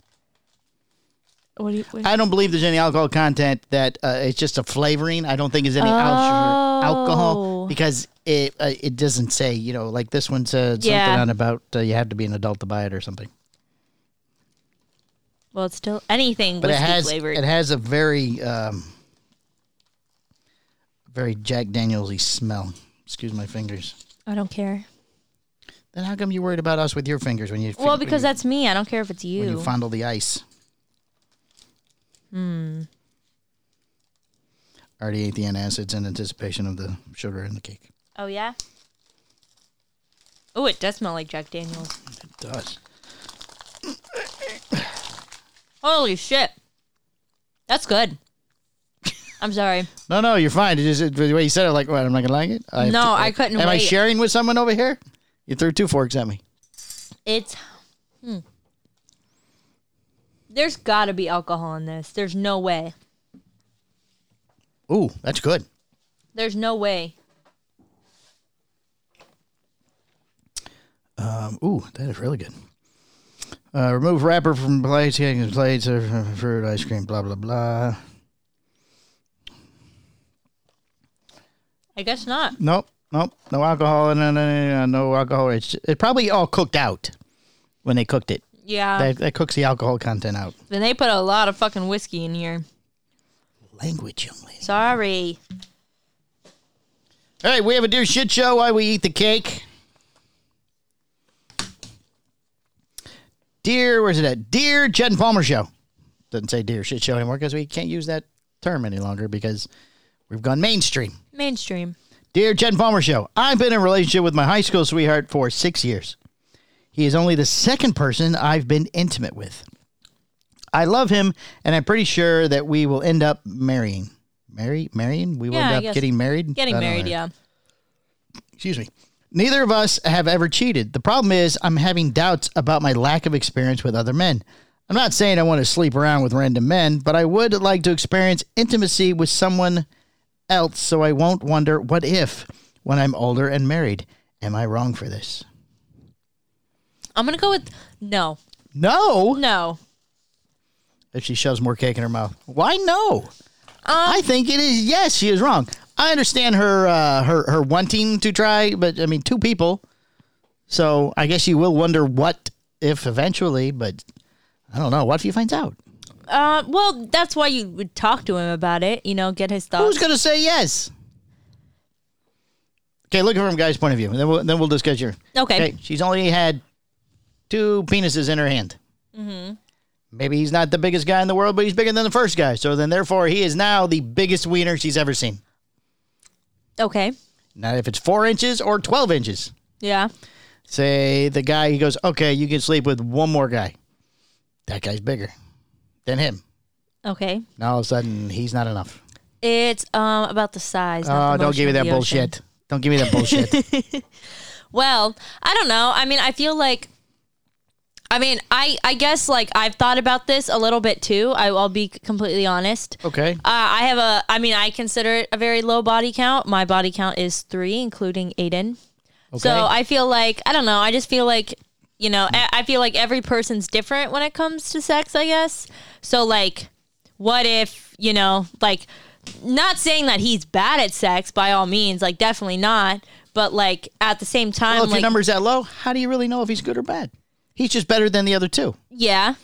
[SPEAKER 2] What do you? What,
[SPEAKER 3] I don't believe there's any alcohol content that uh, it's just a flavoring. I don't think there's any al- alcohol
[SPEAKER 2] Oh.
[SPEAKER 3] because it uh, it doesn't say you know like this one said
[SPEAKER 2] Yeah.
[SPEAKER 3] something on about uh, you have to be an adult to buy it or something.
[SPEAKER 2] well, it's still anything
[SPEAKER 3] But it
[SPEAKER 2] whiskey
[SPEAKER 3] has
[SPEAKER 2] flavored.
[SPEAKER 3] it has a very um, very Jack Danielsy smell. Excuse my fingers.
[SPEAKER 2] I don't care.
[SPEAKER 3] Then how come you're worried about us with your fingers when you?
[SPEAKER 2] Well,
[SPEAKER 3] when
[SPEAKER 2] because
[SPEAKER 3] you-
[SPEAKER 2] that's me. I don't care if it's
[SPEAKER 3] when
[SPEAKER 2] you.
[SPEAKER 3] you fondle the ice. Hmm. Already ate the antacids in anticipation of the sugar in the cake.
[SPEAKER 2] oh yeah. Oh, it does smell like Jack Daniels.
[SPEAKER 3] It does.
[SPEAKER 2] Holy shit. That's good. I'm sorry.
[SPEAKER 3] No, no, you're fine. It just it- the way you said it, like, what? I'm not gonna like it. I have
[SPEAKER 2] No,
[SPEAKER 3] to- uh,
[SPEAKER 2] I couldn't
[SPEAKER 3] Am I
[SPEAKER 2] wait.
[SPEAKER 3] sharing with someone over here? You threw two forks at me.
[SPEAKER 2] It's. hmm. There's got to be alcohol in this. There's no way.
[SPEAKER 3] Ooh, that's good.
[SPEAKER 2] There's no way.
[SPEAKER 3] Um, ooh, that is really good. Uh, remove wrapper from plates, cake, plates, uh, fruit, ice cream, blah blah blah.
[SPEAKER 2] I guess not.
[SPEAKER 3] Nope, nope, no alcohol, no, no, no, no, no alcohol. It's it probably all cooked out when they cooked it.
[SPEAKER 2] Yeah.
[SPEAKER 3] that, that cooks the alcohol content out.
[SPEAKER 2] then they put a lot of fucking whiskey in here.
[SPEAKER 3] Language, young lady.
[SPEAKER 2] Sorry.
[SPEAKER 3] All right, we have a dear shit show while we eat the cake. Dear, where's it at? Dear Jed and Palmer show. Doesn't say dear shit show anymore because we can't use that term any longer because we've gone mainstream.
[SPEAKER 2] Mainstream.
[SPEAKER 3] Dear Jen Palmer Show, I've been in a relationship with my high school sweetheart for six years. He is only the second person I've been intimate with. I love him, and I'm pretty sure that we will end up marrying. Marry, marrying? We will
[SPEAKER 2] Yeah, I
[SPEAKER 3] end up
[SPEAKER 2] guess.
[SPEAKER 3] getting married.
[SPEAKER 2] Getting
[SPEAKER 3] I don't
[SPEAKER 2] married,
[SPEAKER 3] know.
[SPEAKER 2] yeah.
[SPEAKER 3] Excuse me. Neither of us have ever cheated. The problem is, I'm having doubts about my lack of experience with other men. I'm not saying I want to sleep around with random men, but I would like to experience intimacy with someone else so I won't wonder what if when I'm older and married. Am I wrong for this?
[SPEAKER 2] I'm going to go with no.
[SPEAKER 3] No.
[SPEAKER 2] No.
[SPEAKER 3] If she shoves more cake in her mouth. Why no? I think it is yes, she is wrong. I understand her uh, her her wanting to try, but I mean two people. So I guess you will wonder what if eventually, but I don't know. What if he finds out?
[SPEAKER 2] Uh, well, that's why you would talk to him about it, you know, get his thoughts.
[SPEAKER 3] Who's gonna say yes? Okay, look at it from a guy's point of view, and then we'll then we'll discuss your
[SPEAKER 2] Okay.
[SPEAKER 3] She's only had two penises in her hand.
[SPEAKER 2] Mm-hmm.
[SPEAKER 3] Maybe he's not the biggest guy in the world, but he's bigger than the first guy. So then, therefore, he is now the biggest wiener she's ever seen.
[SPEAKER 2] okay.
[SPEAKER 3] Now, if it's four inches or 12 inches,
[SPEAKER 2] Yeah.
[SPEAKER 3] say the guy, he goes, okay, you can sleep with one more guy. That guy's bigger than him.
[SPEAKER 2] Okay.
[SPEAKER 3] Now, all of a sudden, he's not enough.
[SPEAKER 2] It's um about the size.
[SPEAKER 3] Oh,
[SPEAKER 2] not the
[SPEAKER 3] don't give me
[SPEAKER 2] motion of
[SPEAKER 3] that
[SPEAKER 2] the ocean.
[SPEAKER 3] bullshit. Don't give me that bullshit.
[SPEAKER 2] Well, I don't know. I mean, I feel like I mean, I I guess like I've thought about this a little bit too. I, I'll be completely honest.
[SPEAKER 3] okay.
[SPEAKER 2] Uh, I have a I mean, I consider it a very low body count. My body count is 3 including Aiden.
[SPEAKER 3] Okay.
[SPEAKER 2] So, I feel like I don't know. I just feel like you know, I I feel like every person's different when it comes to sex, I guess. So like what if, you know, like not saying that he's bad at sex by all means, like definitely not, but like at the same time
[SPEAKER 3] well, if
[SPEAKER 2] like
[SPEAKER 3] your number's that low, how do you really know if he's good or bad? He's just better than the other two.
[SPEAKER 2] Yeah.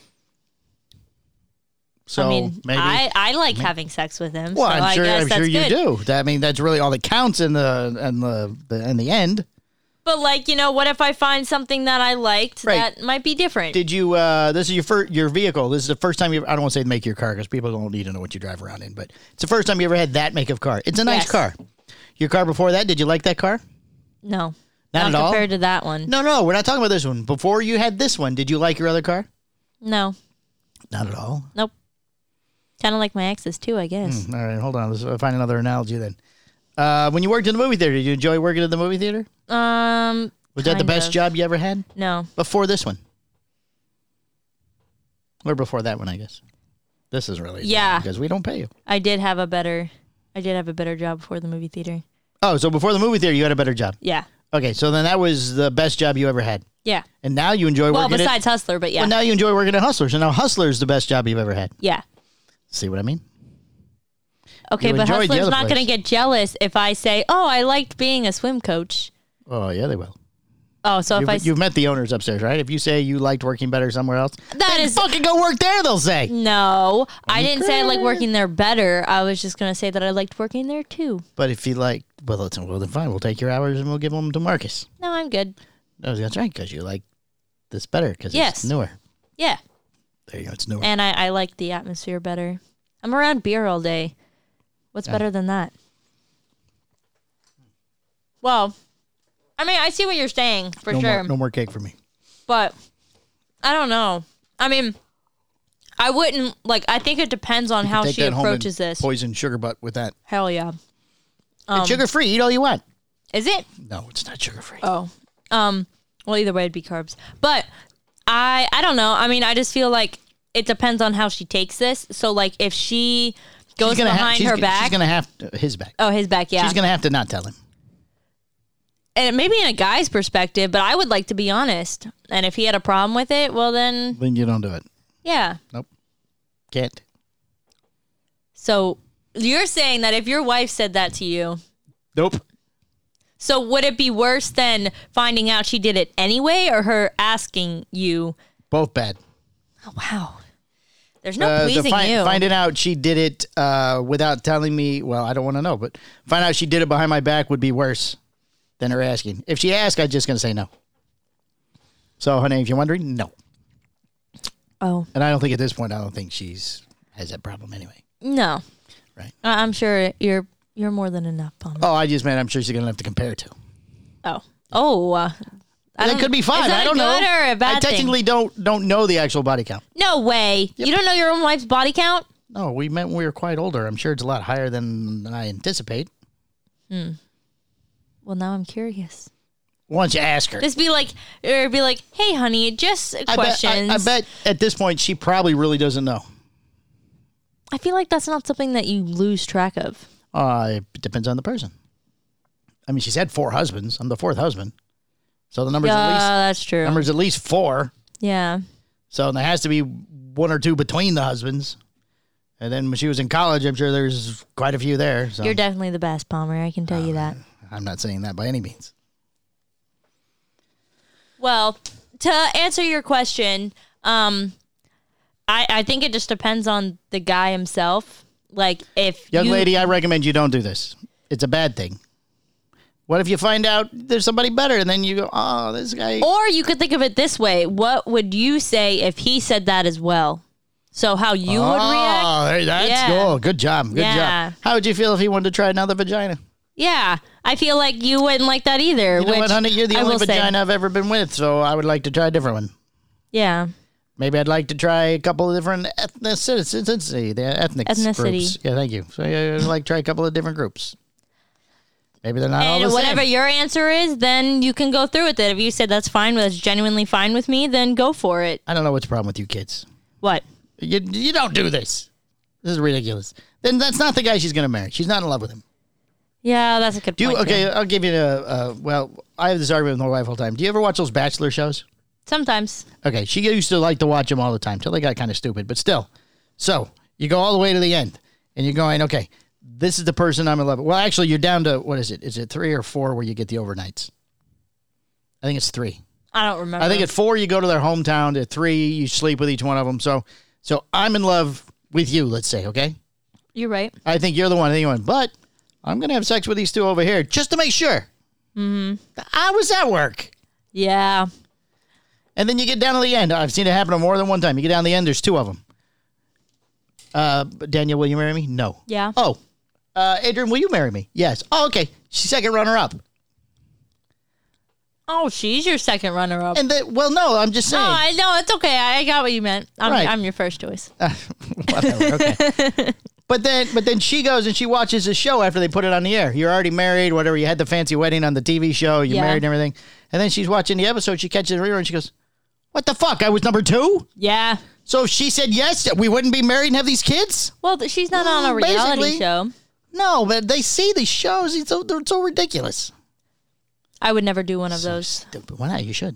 [SPEAKER 3] So
[SPEAKER 2] I mean,
[SPEAKER 3] maybe.
[SPEAKER 2] I, I like having sex with him.
[SPEAKER 3] well,
[SPEAKER 2] so
[SPEAKER 3] I'm
[SPEAKER 2] I
[SPEAKER 3] sure.
[SPEAKER 2] guess
[SPEAKER 3] I'm
[SPEAKER 2] that's
[SPEAKER 3] sure
[SPEAKER 2] good.
[SPEAKER 3] you do. That, I mean, that's really all that counts in the in the, the in the end.
[SPEAKER 2] But like, you know, what if I find something that I liked
[SPEAKER 3] Right.
[SPEAKER 2] that might be different?
[SPEAKER 3] Did you? Uh, this is your first your vehicle. This is the first time you. I don't want to say make your car because people don't need to know what you drive around in. But it's the first time you ever had that make of car. It's a nice
[SPEAKER 2] Yes.
[SPEAKER 3] car. Your car before that. Did you like that car?
[SPEAKER 2] no.
[SPEAKER 3] Not at all?
[SPEAKER 2] compared to that one.
[SPEAKER 3] No, no. We're not talking about this one. Before you had this one, did you like your other car?
[SPEAKER 2] No.
[SPEAKER 3] Not at all.
[SPEAKER 2] Nope. Kind of like my exes too, I guess.
[SPEAKER 3] All right, hold on. Let's uh, find another analogy then. Uh, when you worked in the movie theater, did you enjoy working at the movie theater?
[SPEAKER 2] Um.
[SPEAKER 3] Was that the
[SPEAKER 2] kind
[SPEAKER 3] best
[SPEAKER 2] of.
[SPEAKER 3] job you ever had?
[SPEAKER 2] No.
[SPEAKER 3] Before this one, or before that one, I guess. This is really
[SPEAKER 2] Yeah.
[SPEAKER 3] because we don't pay you.
[SPEAKER 2] I did have a better. I did have a better job before the movie theater.
[SPEAKER 3] Oh, so before the movie theater, you had a better job.
[SPEAKER 2] Yeah.
[SPEAKER 3] Okay, so then that was the best job you ever had,
[SPEAKER 2] Yeah.
[SPEAKER 3] and now you enjoy
[SPEAKER 2] Well,
[SPEAKER 3] working.
[SPEAKER 2] besides Hustler, but
[SPEAKER 3] at,
[SPEAKER 2] yeah.
[SPEAKER 3] well, now you enjoy working at Hustler, so now Hustler is the best job you've ever had.
[SPEAKER 2] yeah.
[SPEAKER 3] See what I mean?
[SPEAKER 2] Okay,
[SPEAKER 3] You
[SPEAKER 2] but
[SPEAKER 3] enjoyed the
[SPEAKER 2] Hustler's
[SPEAKER 3] other
[SPEAKER 2] not going to
[SPEAKER 3] place.
[SPEAKER 2] get jealous if I say, "Oh, I liked being a swim coach."
[SPEAKER 3] Oh yeah, they will.
[SPEAKER 2] Oh, so if
[SPEAKER 3] You've,
[SPEAKER 2] I s-
[SPEAKER 3] you've met the owners upstairs, right? If you say you liked working better somewhere else,
[SPEAKER 2] That
[SPEAKER 3] then
[SPEAKER 2] is-
[SPEAKER 3] fucking go work there. They'll say.
[SPEAKER 2] No, I didn't say I like working there better. I was just gonna say that I liked working there too.
[SPEAKER 3] But if you like, well, let's, well then fine. We'll take your hours and we'll give them to Marcus.
[SPEAKER 2] No, I'm good.
[SPEAKER 3] No, that's right, because you like this better because
[SPEAKER 2] Yes.
[SPEAKER 3] it's newer.
[SPEAKER 2] Yeah.
[SPEAKER 3] There you go. It's newer.
[SPEAKER 2] And I, I like the atmosphere better. I'm around beer all day. What's better than that? Well, I mean, I see what you're saying for
[SPEAKER 3] no,
[SPEAKER 2] sure.
[SPEAKER 3] more, no more cake for me.
[SPEAKER 2] but I don't know. I mean, I wouldn't like. I think it depends on how
[SPEAKER 3] Take
[SPEAKER 2] she
[SPEAKER 3] that home
[SPEAKER 2] approaches
[SPEAKER 3] and
[SPEAKER 2] this.
[SPEAKER 3] Poison sugar butt with that.
[SPEAKER 2] Hell yeah. Um,
[SPEAKER 3] it's sugar free. Eat all you want.
[SPEAKER 2] Is it?
[SPEAKER 3] No, it's not sugar free.
[SPEAKER 2] Oh. Um. Well, either way, it'd be carbs. But I, I don't know. I mean, I just feel like it depends on how she takes this. So, like, if she goes behind her back,
[SPEAKER 3] She's gonna have to, his back.
[SPEAKER 2] oh, his back, yeah.
[SPEAKER 3] She's gonna have to not tell him.
[SPEAKER 2] and maybe in a guy's perspective, but I would like to be honest. And if he had a problem with it, well, then
[SPEAKER 3] Then you don't do it.
[SPEAKER 2] yeah.
[SPEAKER 3] Nope. Can't.
[SPEAKER 2] So you're saying that if your wife said that to you,
[SPEAKER 3] Nope.
[SPEAKER 2] so would it be worse than finding out she did it anyway, or her asking you?
[SPEAKER 3] Both bad.
[SPEAKER 2] Oh, wow. There's no
[SPEAKER 3] Uh, the
[SPEAKER 2] pleasing
[SPEAKER 3] find,
[SPEAKER 2] you.
[SPEAKER 3] Finding out she did it uh, without telling me. Well, I don't want to know, but find out she did it behind my back would be worse than her asking. If she asked, I'm just gonna say no. So, honey, if you're wondering, no.
[SPEAKER 2] oh.
[SPEAKER 3] And I don't think at this point, I don't think she's has that problem anyway.
[SPEAKER 2] No.
[SPEAKER 3] Right.
[SPEAKER 2] I- I'm sure you're you're more than enough on
[SPEAKER 3] Oh, I just meant I'm sure she's gonna have to compare to.
[SPEAKER 2] Oh. Oh. Uh, I
[SPEAKER 3] That
[SPEAKER 2] don't-
[SPEAKER 3] could be fine.
[SPEAKER 2] Is that
[SPEAKER 3] I don't
[SPEAKER 2] a good
[SPEAKER 3] know.
[SPEAKER 2] Or a bad
[SPEAKER 3] I technically don't don't know the actual body count.
[SPEAKER 2] thing? No way. You don't know your own wife's body count?
[SPEAKER 3] No, we meant when we were quite older. I'm sure it's a lot higher than I anticipate.
[SPEAKER 2] Well, now I'm curious.
[SPEAKER 3] Once you ask her,
[SPEAKER 2] Just be like, or be like, hey, honey, just
[SPEAKER 3] I bet,
[SPEAKER 2] questions.
[SPEAKER 3] I- I, bet at this point she probably really doesn't know.
[SPEAKER 2] I feel like that's not something that you lose track of.
[SPEAKER 3] Uh, it depends on the person. I mean, she's had four husbands. I'm the fourth husband, so the numbers
[SPEAKER 2] Yeah,
[SPEAKER 3] at least
[SPEAKER 2] that's true.
[SPEAKER 3] numbers at least four.
[SPEAKER 2] yeah.
[SPEAKER 3] So there has to be one or two between the husbands. And then when she was in college, I'm sure there's quite a few there. So
[SPEAKER 2] You're definitely the best, Palmer. I can tell
[SPEAKER 3] Oh,
[SPEAKER 2] you that.
[SPEAKER 3] I'm not saying that by any means.
[SPEAKER 2] Well, to answer your question, um, I I think it just depends on the guy himself. Like if
[SPEAKER 3] Young
[SPEAKER 2] you-
[SPEAKER 3] lady, I recommend you don't do this. It's a bad thing. What if you find out there's somebody better and then you go, oh, this guy.
[SPEAKER 2] or you could think of it this way: What would you say if he said that as well? So how you would react?
[SPEAKER 3] Oh, there- that's
[SPEAKER 2] Yeah.
[SPEAKER 3] cool. Good job. Good
[SPEAKER 2] Yeah.
[SPEAKER 3] job. How would you feel if he wanted to try another vagina?
[SPEAKER 2] Yeah, I feel like you wouldn't like that either.
[SPEAKER 3] You know
[SPEAKER 2] which
[SPEAKER 3] what, honey? You're the
[SPEAKER 2] I
[SPEAKER 3] only
[SPEAKER 2] will say-
[SPEAKER 3] vagina I've ever been with, so I would like to try a different one.
[SPEAKER 2] yeah,
[SPEAKER 3] Maybe I'd like to try a couple of different ethnicity, the ethnic
[SPEAKER 2] Ethnicity.
[SPEAKER 3] groups. Yeah, thank you. So yeah, I'd like to try a couple of different groups. Maybe they're not all
[SPEAKER 2] and
[SPEAKER 3] the
[SPEAKER 2] whatever
[SPEAKER 3] same.
[SPEAKER 2] your answer is, then you can go through with it. If you said that's fine, that's genuinely fine with me, then go for it.
[SPEAKER 3] I don't know what's the problem with you kids.
[SPEAKER 2] What?
[SPEAKER 3] You, you don't do this. This is ridiculous. Then that's not the guy she's going to marry. She's not in love with him.
[SPEAKER 2] Yeah, that's a good
[SPEAKER 3] Do you,
[SPEAKER 2] point.
[SPEAKER 3] okay,
[SPEAKER 2] too.
[SPEAKER 3] I'll give you a, a well. I have this argument with my wife all the time. Do you ever watch those bachelor shows?
[SPEAKER 2] Sometimes.
[SPEAKER 3] Okay, she used to like to watch them all the time till they got kind of stupid, but still. So you go all the way to the end, and you're going, okay, this is the person I'm in love with. Well, actually, you're down to what is it? Is it three or four where you get the overnights? I think it's three.
[SPEAKER 2] I don't remember.
[SPEAKER 3] I think at four you go to their hometown. At three you sleep with each one of them. So, so I'm in love with you. Let's say, okay.
[SPEAKER 2] You're right.
[SPEAKER 3] I think you're the one. I think you went, but I'm gonna have sex with these two over here just to make sure. Mm-hmm. How does that work?
[SPEAKER 2] Yeah.
[SPEAKER 3] And then you get down to the end. I've seen it happen more than one time. You get down to the end. There's two of them. Uh, Daniel, will you marry me? No.
[SPEAKER 2] Yeah.
[SPEAKER 3] Oh, uh, Adrian, will you marry me? Yes. Oh, okay. She's second runner up.
[SPEAKER 2] Oh, she's your second runner up.
[SPEAKER 3] And then, well, no, I'm just
[SPEAKER 2] No,
[SPEAKER 3] saying.
[SPEAKER 2] I know. It's okay. I, I got what you meant. I'm,
[SPEAKER 3] Right. Uh,
[SPEAKER 2] I'm your first choice.
[SPEAKER 3] Whatever, okay. but then, but then she goes and she watches the show after they put it on the air. You're already married, whatever. You had the fancy wedding on the TV show. You
[SPEAKER 2] Yeah.
[SPEAKER 3] married and everything. And then she's watching the episode. She catches the rerun. She goes, "What the fuck? I was number two?
[SPEAKER 2] Yeah.
[SPEAKER 3] So if she said yes, we wouldn't be married and have these kids."
[SPEAKER 2] Well, th- she's not on a
[SPEAKER 3] Well,
[SPEAKER 2] reality
[SPEAKER 3] Mm, basically-
[SPEAKER 2] show.
[SPEAKER 3] No, but they see these shows. It's so, they're so ridiculous.
[SPEAKER 2] I would never do one of those.
[SPEAKER 3] Stupid. Why not? You should.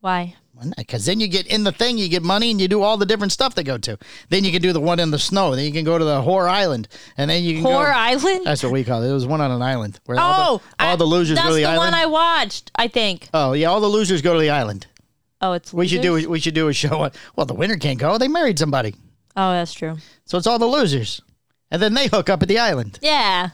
[SPEAKER 2] Why?
[SPEAKER 3] Why not? Because then you get in the thing, you get money, and you do all the different stuff they go to. Then you can do the one in the snow. Then you can go to the Whore Island, and then you can
[SPEAKER 2] Whore
[SPEAKER 3] go.
[SPEAKER 2] Island? Oh,
[SPEAKER 3] That's what we call it. It was one on an island where all the, all
[SPEAKER 2] I-
[SPEAKER 3] the losers
[SPEAKER 2] that's
[SPEAKER 3] go to the,
[SPEAKER 2] the
[SPEAKER 3] island.
[SPEAKER 2] one I watched, I think.
[SPEAKER 3] oh yeah, all the losers go to the island.
[SPEAKER 2] Oh, it's.
[SPEAKER 3] We should do
[SPEAKER 2] losers?
[SPEAKER 3] we should do a show. On, well, the winner can't go. They married somebody,
[SPEAKER 2] Oh, that's true.
[SPEAKER 3] so it's all the losers, and then they hook up at the island.
[SPEAKER 2] Yeah.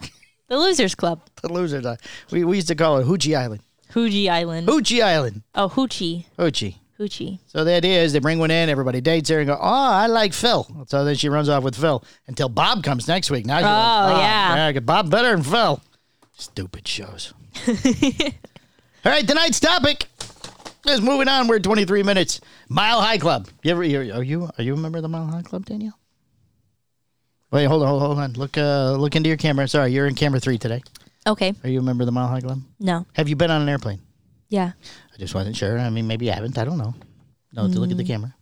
[SPEAKER 2] The Losers Club.
[SPEAKER 3] The losers. uh, We we used to call it Hoochie Island.
[SPEAKER 2] Hoochie Island.
[SPEAKER 3] Hoochie Island.
[SPEAKER 2] Oh, Hoochie.
[SPEAKER 3] Hoochie.
[SPEAKER 2] Hoochie.
[SPEAKER 3] So the idea is they bring one in, everybody dates her and go, oh, I like Phil. So then she runs off with Phil until Bob comes next week. Now you're like, "Ah,
[SPEAKER 2] Oh, yeah.
[SPEAKER 3] I get Bob better than Phil. Stupid shows. All right, tonight's topic is moving on. We're at 23 minutes. Mile High Club. You ever, you- are you are you a member of the Mile High Club, Danielle? Wait, hold on, hold on, hold on. Look, uh, look into your camera. Sorry, you're in camera three today.
[SPEAKER 2] Okay.
[SPEAKER 3] Are you a member of the Mile High Club?
[SPEAKER 2] No.
[SPEAKER 3] Have you been on an airplane?
[SPEAKER 2] Yeah.
[SPEAKER 3] I just wasn't sure. I mean, maybe you haven't. I don't know. No, to
[SPEAKER 2] Mm.
[SPEAKER 3] look at the camera.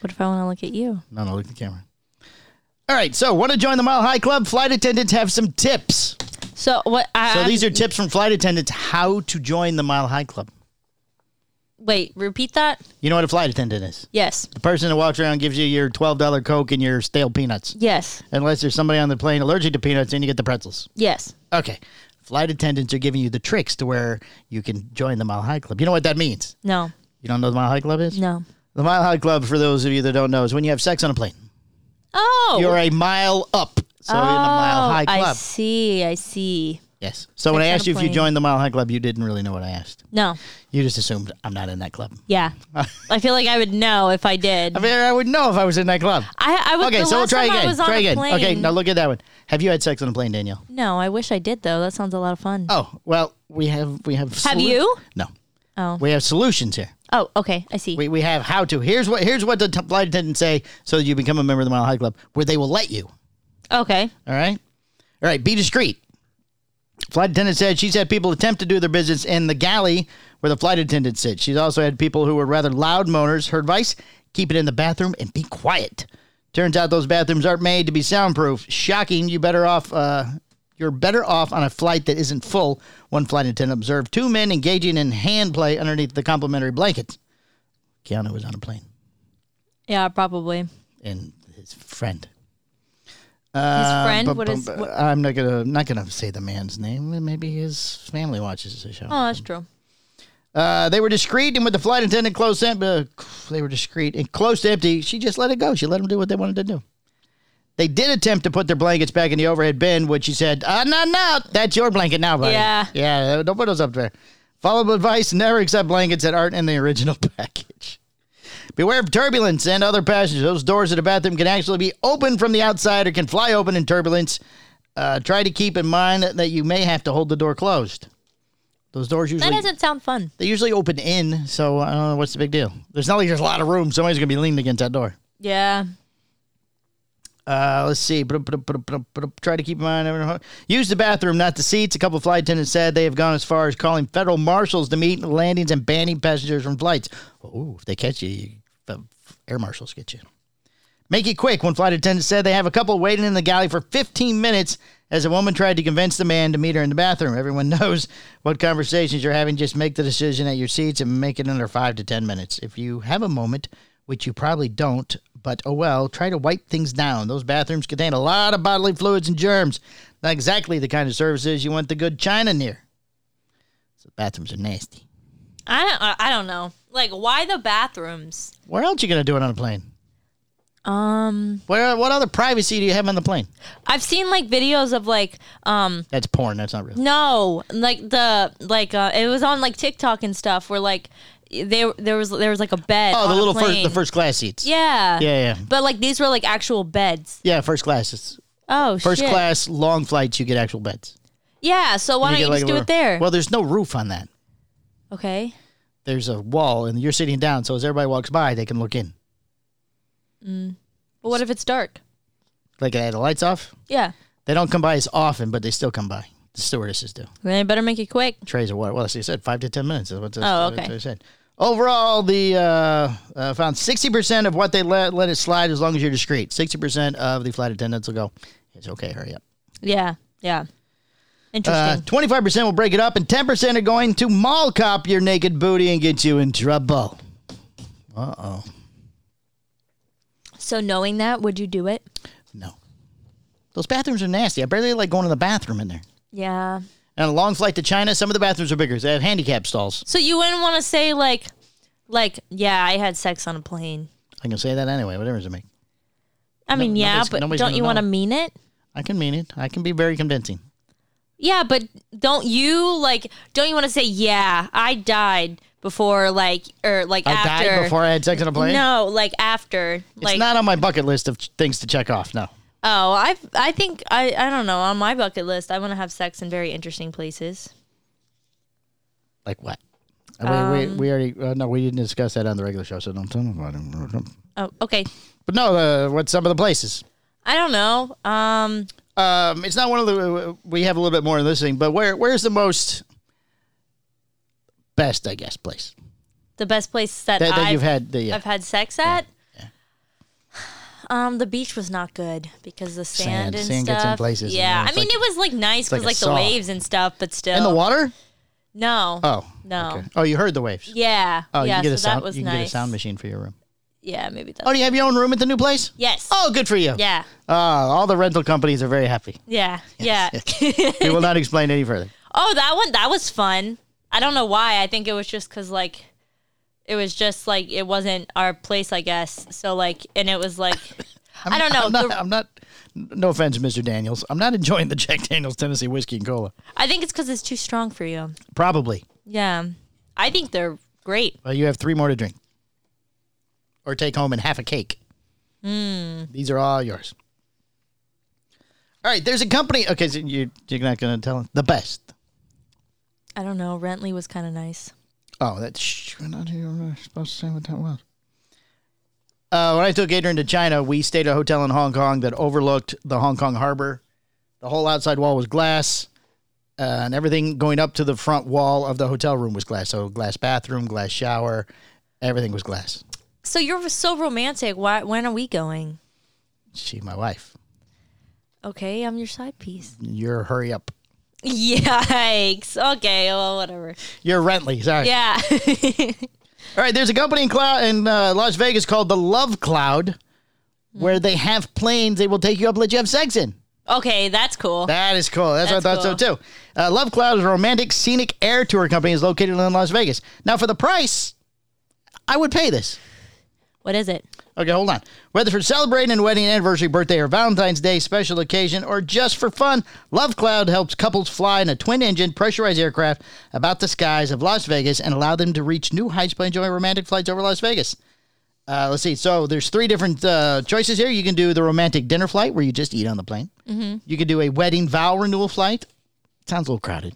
[SPEAKER 2] What if I want to look at you?
[SPEAKER 3] No, no, look at the camera. All right, so want to join the Mile High Club? Flight attendants have some tips.
[SPEAKER 2] So what? I,
[SPEAKER 3] So
[SPEAKER 2] I-
[SPEAKER 3] these are tips from flight attendants how to join the Mile High Club.
[SPEAKER 2] Wait. Repeat that.
[SPEAKER 3] You know what a flight attendant is?
[SPEAKER 2] Yes.
[SPEAKER 3] The person that walks around gives you your twelve dollar Coke and your stale peanuts.
[SPEAKER 2] Yes.
[SPEAKER 3] Unless there's somebody on the plane allergic to peanuts, then you get the pretzels.
[SPEAKER 2] Yes.
[SPEAKER 3] Okay. Flight attendants are giving you the tricks to where you can join the Mile High Club. You know what that means?
[SPEAKER 2] No.
[SPEAKER 3] You don't know what the Mile High Club is?
[SPEAKER 2] No.
[SPEAKER 3] The Mile High Club, for those of you that don't know, is when you have sex on a plane.
[SPEAKER 2] Oh.
[SPEAKER 3] You're a mile up. So in the Mile
[SPEAKER 2] Oh,
[SPEAKER 3] High Club.
[SPEAKER 2] I see. I see.
[SPEAKER 3] Yes. So when I
[SPEAKER 2] Sex on
[SPEAKER 3] asked
[SPEAKER 2] a
[SPEAKER 3] you if you
[SPEAKER 2] plane.
[SPEAKER 3] joined the Mile High Club, you didn't really know what I asked.
[SPEAKER 2] No.
[SPEAKER 3] You just assumed I'm not in that club.
[SPEAKER 2] Yeah. I feel like I would know if I did.
[SPEAKER 3] I mean, I would know if I was in that club.
[SPEAKER 2] I, I was,
[SPEAKER 3] Okay,
[SPEAKER 2] the
[SPEAKER 3] so we'll
[SPEAKER 2] last
[SPEAKER 3] try
[SPEAKER 2] time I
[SPEAKER 3] again.
[SPEAKER 2] was on
[SPEAKER 3] Try
[SPEAKER 2] a
[SPEAKER 3] again.
[SPEAKER 2] plane-
[SPEAKER 3] Okay, now look at that one. Have you had sex on a plane, Danielle?
[SPEAKER 2] No, I wish I did though. That sounds a lot of fun.
[SPEAKER 3] Oh well, we have we have.
[SPEAKER 2] Have you?
[SPEAKER 3] No,
[SPEAKER 2] Oh.
[SPEAKER 3] we have solutions here.
[SPEAKER 2] Oh, okay. I see.
[SPEAKER 3] We, we have how to. Here's what here's what the t- flight attendants say so you become a member of the Mile High Club, where they will let you.
[SPEAKER 2] Okay.
[SPEAKER 3] All right. All right. Be discreet. Flight attendant said she's had people attempt to do their business in the galley where the flight attendant sits. She's also had people who were rather loud moaners. Her advice keep it in the bathroom and be quiet. Turns out those bathrooms aren't made to be soundproof. Shocking. You better off. Uh, you're better off on a flight that isn't full. One flight attendant observed two men engaging in hand play underneath the complimentary blankets. Keanu was on a plane
[SPEAKER 2] Yeah, probably. His
[SPEAKER 3] and his friend.
[SPEAKER 2] friend.
[SPEAKER 3] Uh, But-
[SPEAKER 2] What
[SPEAKER 3] but-
[SPEAKER 2] is?
[SPEAKER 3] but
[SPEAKER 2] What,
[SPEAKER 3] I'm not gonna not gonna say the man's name. Maybe his family watches the show.
[SPEAKER 2] oh, that's true.
[SPEAKER 3] Uh, they were discreet, and with the flight attendant close, em- uh, they were discreet and close to empty. She just let it go. She let them do what they wanted to do. They did attempt to put their blankets back in the overhead bin, which she said, "Ah, no, no, that's your blanket now, buddy.
[SPEAKER 2] Yeah.
[SPEAKER 3] yeah. uh, Don't put those up there." Follow-up advice: Never accept blankets that aren't in the original package. Beware of turbulence and other passengers. Those doors of the bathroom can actually be open from the outside or can fly open in turbulence. Uh, try to keep in mind that, that you may have to hold the door closed. Those doors usually
[SPEAKER 2] That doesn't sound fun.
[SPEAKER 3] they usually open in, so I don't know what's the big deal. There's not like there's a lot of room. Somebody's gonna be leaning against that door.
[SPEAKER 2] Yeah.
[SPEAKER 3] Uh, let's see. Brum, brum, brum, brum, brum. Try to keep in mind. Use the bathroom, not the seats. A couple of flight attendants said they have gone as far as calling federal marshals to meet landings and banning passengers from flights. Ooh, if they catch you, you the air marshals get you. Make it quick. One flight attendant said they have a couple waiting in the galley for 15 minutes as a woman tried to convince the man to meet her in the bathroom. Everyone knows what conversations you're having. Just make the decision at your seats and make it under five to 10 minutes. If you have a moment, which you probably don't, but oh well, try to wipe things down. Those bathrooms contain a lot of bodily fluids and germs. Not exactly the kind of services you want the good china near. So bathrooms are nasty.
[SPEAKER 2] I don't. I- I don't know. Like, why the bathrooms?
[SPEAKER 3] Where else you going to do it on a plane?
[SPEAKER 2] Um,
[SPEAKER 3] Where, what other privacy do you have on the plane?
[SPEAKER 2] I've seen like videos of like, um,
[SPEAKER 3] That's porn. That's not real.
[SPEAKER 2] no, like the like uh, it was on like TikTok and stuff where like they there was there was like a bed.
[SPEAKER 3] Oh, the
[SPEAKER 2] on a
[SPEAKER 3] little first,
[SPEAKER 2] plane.
[SPEAKER 3] the first class seats.
[SPEAKER 2] Yeah.
[SPEAKER 3] yeah, yeah,
[SPEAKER 2] But like these were like actual beds.
[SPEAKER 3] yeah. First class. It's
[SPEAKER 2] Oh
[SPEAKER 3] first
[SPEAKER 2] shit.
[SPEAKER 3] class long flights. You get actual beds.
[SPEAKER 2] Yeah. So why don't
[SPEAKER 3] get,
[SPEAKER 2] you
[SPEAKER 3] like,
[SPEAKER 2] just
[SPEAKER 3] a
[SPEAKER 2] do
[SPEAKER 3] little-
[SPEAKER 2] it there?
[SPEAKER 3] Well, there's no roof on that.
[SPEAKER 2] okay.
[SPEAKER 3] There's a wall, and you're sitting down. So as everybody walks by, they can look in.
[SPEAKER 2] But what if it's dark?
[SPEAKER 3] Like I had the lights off.
[SPEAKER 2] Yeah.
[SPEAKER 3] They don't come by as often, but they still come by. The stewardesses do.
[SPEAKER 2] Then I better make it quick.
[SPEAKER 3] Trays of water. Well, as you said, five to ten minutes. Is what the,
[SPEAKER 2] Oh,
[SPEAKER 3] that's what
[SPEAKER 2] okay.
[SPEAKER 3] I said. Overall, the uh, uh, found sixty percent of what they let let it slide as long as you're discreet. Sixty percent of the flight attendants will go. It's okay. Hurry up.
[SPEAKER 2] Yeah. Yeah. Interesting.
[SPEAKER 3] Uh, Twenty-five percent will break it up, and ten percent are going to mall cop your naked booty and get you in trouble. Uh oh, Uh,
[SPEAKER 2] so knowing that, would you do it?
[SPEAKER 3] no. Those bathrooms are nasty. I barely like going to the bathroom in there.
[SPEAKER 2] Yeah.
[SPEAKER 3] And on a long flight to China, some of the bathrooms are bigger. They have handicap stalls.
[SPEAKER 2] So you wouldn't want to say like, like yeah, I had sex on a plane.
[SPEAKER 3] I can say that anyway. What difference does it make?
[SPEAKER 2] I mean, yeah,
[SPEAKER 3] nobody's-
[SPEAKER 2] but
[SPEAKER 3] nobody's
[SPEAKER 2] don't
[SPEAKER 3] gonna
[SPEAKER 2] you want to
[SPEAKER 3] know.
[SPEAKER 2] mean it?
[SPEAKER 3] I can mean it. I can be very convincing.
[SPEAKER 2] Yeah, but don't you like? Don't you want to say, "Yeah, I died before," like or like
[SPEAKER 3] I
[SPEAKER 2] after?
[SPEAKER 3] died before I had sex on a plane.
[SPEAKER 2] No, like after.
[SPEAKER 3] it's
[SPEAKER 2] like
[SPEAKER 3] not on my bucket list of ch- things to check off. No.
[SPEAKER 2] oh, I I think I I don't know. On my bucket list, I want to have sex in very interesting places.
[SPEAKER 3] Like what? Uh, we,
[SPEAKER 2] Um,
[SPEAKER 3] we, we already uh, no we didn't discuss that on the regular show so don't tell me about it.
[SPEAKER 2] Oh, okay.
[SPEAKER 3] But no, uh, what's some of the places?
[SPEAKER 2] I don't know. Um,
[SPEAKER 3] Um, it's not one of the we have a little bit more in this thing, but where where's the most best I guess place
[SPEAKER 2] the best place that,
[SPEAKER 3] that, that
[SPEAKER 2] I've,
[SPEAKER 3] you've had the yeah,
[SPEAKER 2] I've had sex at. Um, the beach was not good because the sand,
[SPEAKER 3] Sand.
[SPEAKER 2] and
[SPEAKER 3] Sand
[SPEAKER 2] stuff.
[SPEAKER 3] gets in places,
[SPEAKER 2] Yeah,
[SPEAKER 3] yeah,
[SPEAKER 2] I
[SPEAKER 3] it's
[SPEAKER 2] mean
[SPEAKER 3] like-
[SPEAKER 2] it was like nice
[SPEAKER 3] like
[SPEAKER 2] because
[SPEAKER 3] a
[SPEAKER 2] like, the
[SPEAKER 3] saw.
[SPEAKER 2] waves and stuff, but still.
[SPEAKER 3] and the water.
[SPEAKER 2] No.
[SPEAKER 3] Oh
[SPEAKER 2] No.
[SPEAKER 3] okay. Oh, you heard the waves.
[SPEAKER 2] Yeah.
[SPEAKER 3] Oh,
[SPEAKER 2] yeah,
[SPEAKER 3] you can get
[SPEAKER 2] so
[SPEAKER 3] a sound.
[SPEAKER 2] that was
[SPEAKER 3] you can
[SPEAKER 2] nice.
[SPEAKER 3] get a sound machine for your room.
[SPEAKER 2] Yeah, maybe that.
[SPEAKER 3] Oh, do you have your own room at the new place?
[SPEAKER 2] yes.
[SPEAKER 3] Oh, good for you.
[SPEAKER 2] Yeah.
[SPEAKER 3] Uh, all the rental companies are very happy.
[SPEAKER 2] Yeah. Yeah.
[SPEAKER 3] We will not explain any further.
[SPEAKER 2] oh, that one that was fun. I don't know why. I think it was just cuz like it was just like it wasn't our place, I guess. So like and it was like I'm, I do not know.
[SPEAKER 3] I'm not,
[SPEAKER 2] the-
[SPEAKER 3] I'm not. No offense, Mr. Daniels. I'm not enjoying the Jack Daniels Tennessee whiskey and cola.
[SPEAKER 2] I think it's cuz it's too strong for you.
[SPEAKER 3] Probably.
[SPEAKER 2] Yeah. I think they're great.
[SPEAKER 3] Well, you have three more to drink, or take home and half a cake. These are all yours. All right. There's a company. Okay, so you, you're not going to tell them the best.
[SPEAKER 2] I don't know. Rentley was kind of nice.
[SPEAKER 3] Oh, that's shh, we're not even supposed to say what that was. Uh, when I took Adrian to China, we stayed at a hotel in Hong Kong that overlooked the Hong Kong harbor. The whole outside wall was glass, uh, and everything going up to the front wall of the hotel room was glass. So glass bathroom, glass shower, everything was glass.
[SPEAKER 2] So you're so romantic. Why when are we going?
[SPEAKER 3] She, my wife,
[SPEAKER 2] Okay, I'm your side piece.
[SPEAKER 3] you're hurry up.
[SPEAKER 2] Yikes. Okay, well whatever.
[SPEAKER 3] You're Rentley. Sorry.
[SPEAKER 2] Yeah.
[SPEAKER 3] All right, there's a company in cloud in uh, Las Vegas called the Love Cloud,
[SPEAKER 2] Hmm.
[SPEAKER 3] where they have planes they will take you up, let you have sex in.
[SPEAKER 2] okay, that's cool.
[SPEAKER 3] That is cool. That's, what I
[SPEAKER 2] That's
[SPEAKER 3] thought so too. Uh, Love Cloud is a romantic scenic air tour company is located in Las Vegas. Now, for the price, I would pay this.
[SPEAKER 2] what is it?
[SPEAKER 3] Okay, hold on. Whether for celebrating a wedding anniversary, birthday, or Valentine's Day special occasion, or just for fun, Love Cloud helps couples fly in a twin engine pressurized aircraft about the skies of Las Vegas and allow them to reach new heights by enjoying romantic flights over Las Vegas. Uh, let's see. So there's three different uh, choices here. You can do the romantic dinner flight where you just eat on the plane. You can do a wedding vow renewal flight. Sounds a little crowded.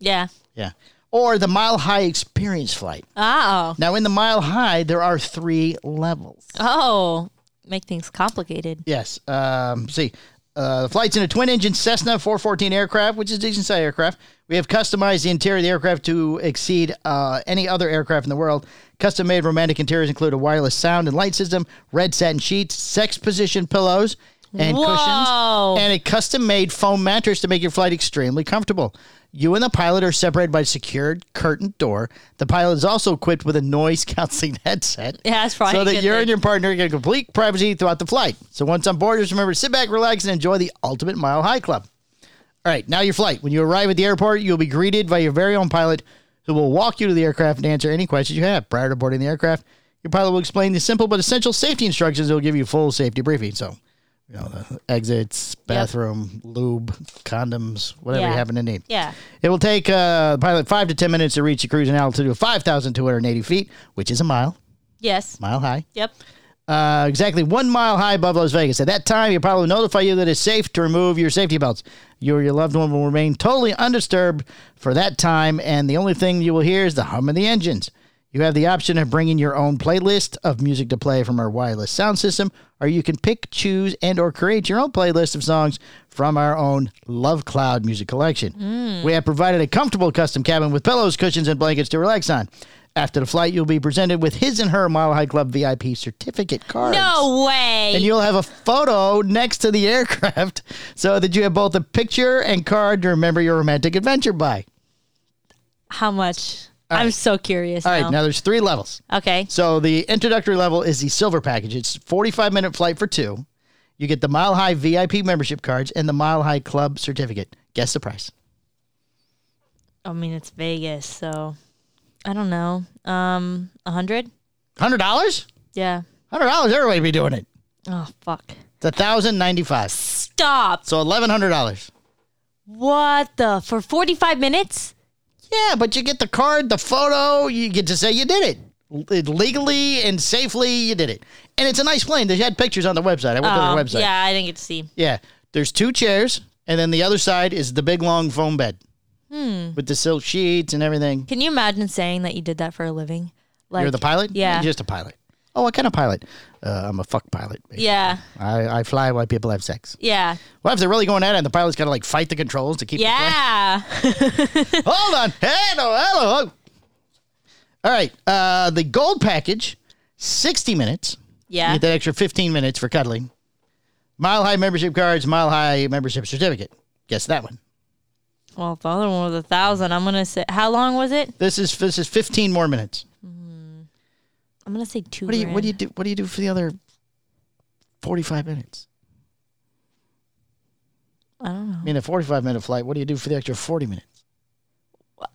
[SPEAKER 2] Yeah.
[SPEAKER 3] Yeah. Or the mile high experience flight.
[SPEAKER 2] Oh.
[SPEAKER 3] Now, in the mile high, there are three levels.
[SPEAKER 2] Oh. Make things complicated.
[SPEAKER 3] Yes. Um, see, uh, the flight's in a twin engine Cessna 414 aircraft, which is a decent sized aircraft. We have customized the interior of the aircraft to exceed uh, any other aircraft in the world. Custom made romantic interiors include a wireless sound and light system, red satin sheets, sex position pillows, and
[SPEAKER 2] Whoa.
[SPEAKER 3] cushions, and a custom made foam mattress to make your flight extremely comfortable. You and the pilot are separated by a secured curtained door. The pilot is also equipped with a noise canceling headset
[SPEAKER 2] Yeah, that's probably
[SPEAKER 3] so
[SPEAKER 2] a
[SPEAKER 3] that
[SPEAKER 2] good
[SPEAKER 3] you're and
[SPEAKER 2] thing.
[SPEAKER 3] your partner get complete privacy throughout the flight. So once on board, just remember to sit back, relax, and enjoy the ultimate mile high club. All right, now your flight. When you arrive at the airport, you'll be greeted by your very own pilot who will walk you to the aircraft and answer any questions you have. Prior to boarding the aircraft, your pilot will explain the simple but essential safety instructions. He'll give you full safety briefing. So, you know, the exits, bathroom, lube, condoms, whatever you
[SPEAKER 2] Yeah.
[SPEAKER 3] happen to need.
[SPEAKER 2] Yeah.
[SPEAKER 3] It will take uh, the pilot five to 10 minutes to reach a cruising altitude of 5,280 feet, which is a mile,
[SPEAKER 2] Yes.
[SPEAKER 3] mile high
[SPEAKER 2] Yep.
[SPEAKER 3] uh, exactly one mile high above Las Vegas. At that time, your pilot will notify you that it's safe to remove your safety belts. You or your loved one will remain totally undisturbed for that time, and the only thing you will hear is the hum of the engines. You have the option of bringing your own playlist of music to play from our wireless sound system, or you can pick, choose, and or create your own playlist of songs from our own Love Cloud music collection. We have provided a comfortable custom cabin with pillows, cushions, and blankets to relax on. After the flight, you'll be presented with his and her Mile High Club VIP certificate cards.
[SPEAKER 2] No way.
[SPEAKER 3] And you'll have a photo next to the aircraft so that you have both a picture and card to remember your romantic adventure by.
[SPEAKER 2] How much? I'm so curious.
[SPEAKER 3] All right,
[SPEAKER 2] now.
[SPEAKER 3] now there's three levels.
[SPEAKER 2] Okay.
[SPEAKER 3] So the introductory level is the silver package. It's 45 minute flight for two. You get the Mile High VIP membership cards and the Mile High Club certificate. Guess the price.
[SPEAKER 2] I mean, it's Vegas, so I don't know. Um, a hundred?
[SPEAKER 3] $100? $100.
[SPEAKER 2] Yeah.
[SPEAKER 3] Everybody be doing it.
[SPEAKER 2] Oh fuck.
[SPEAKER 3] It's 1095
[SPEAKER 2] Stop.
[SPEAKER 3] So $1,100.
[SPEAKER 2] What the? For 45 minutes?
[SPEAKER 3] Yeah, but you get the card, the photo, you get to say you did it. It legally and safely, you did it. And it's a nice plane. They had pictures on their website. I went to
[SPEAKER 2] Oh,
[SPEAKER 3] their website.
[SPEAKER 2] Yeah, I didn't get to see.
[SPEAKER 3] Yeah. There's two chairs, and then the other side is the big long foam bed hmm. with the silk sheets and everything.
[SPEAKER 2] Can you imagine saying that you did that for a living? Like,
[SPEAKER 3] You're the pilot?
[SPEAKER 2] Yeah.
[SPEAKER 3] You're just a pilot. Oh, what kind of pilot? Uh, I'm a fuck pilot. basically.
[SPEAKER 2] Yeah,
[SPEAKER 3] I, I fly while people have sex.
[SPEAKER 2] yeah,
[SPEAKER 3] Well, if they're really going at it, and the pilot's got to like fight the controls to keep. the plane-
[SPEAKER 2] yeah.
[SPEAKER 3] Hold on. Hey, no, hello. All right. Uh, the gold package, 60 minutes. You
[SPEAKER 2] yeah.
[SPEAKER 3] get that extra 15 minutes for cuddling. Mile high membership cards, mile high membership certificate. Guess that one.
[SPEAKER 2] Well, if the other one was a thousand, I'm gonna say. How long was it?
[SPEAKER 3] This is this is 15 more minutes.
[SPEAKER 2] I'm gonna say two.
[SPEAKER 3] What do you
[SPEAKER 2] grand.
[SPEAKER 3] what do you do what do you do for the other 45 minutes?
[SPEAKER 2] I don't know.
[SPEAKER 3] I mean, a 45 minute flight, what do you do for the extra 40 minutes?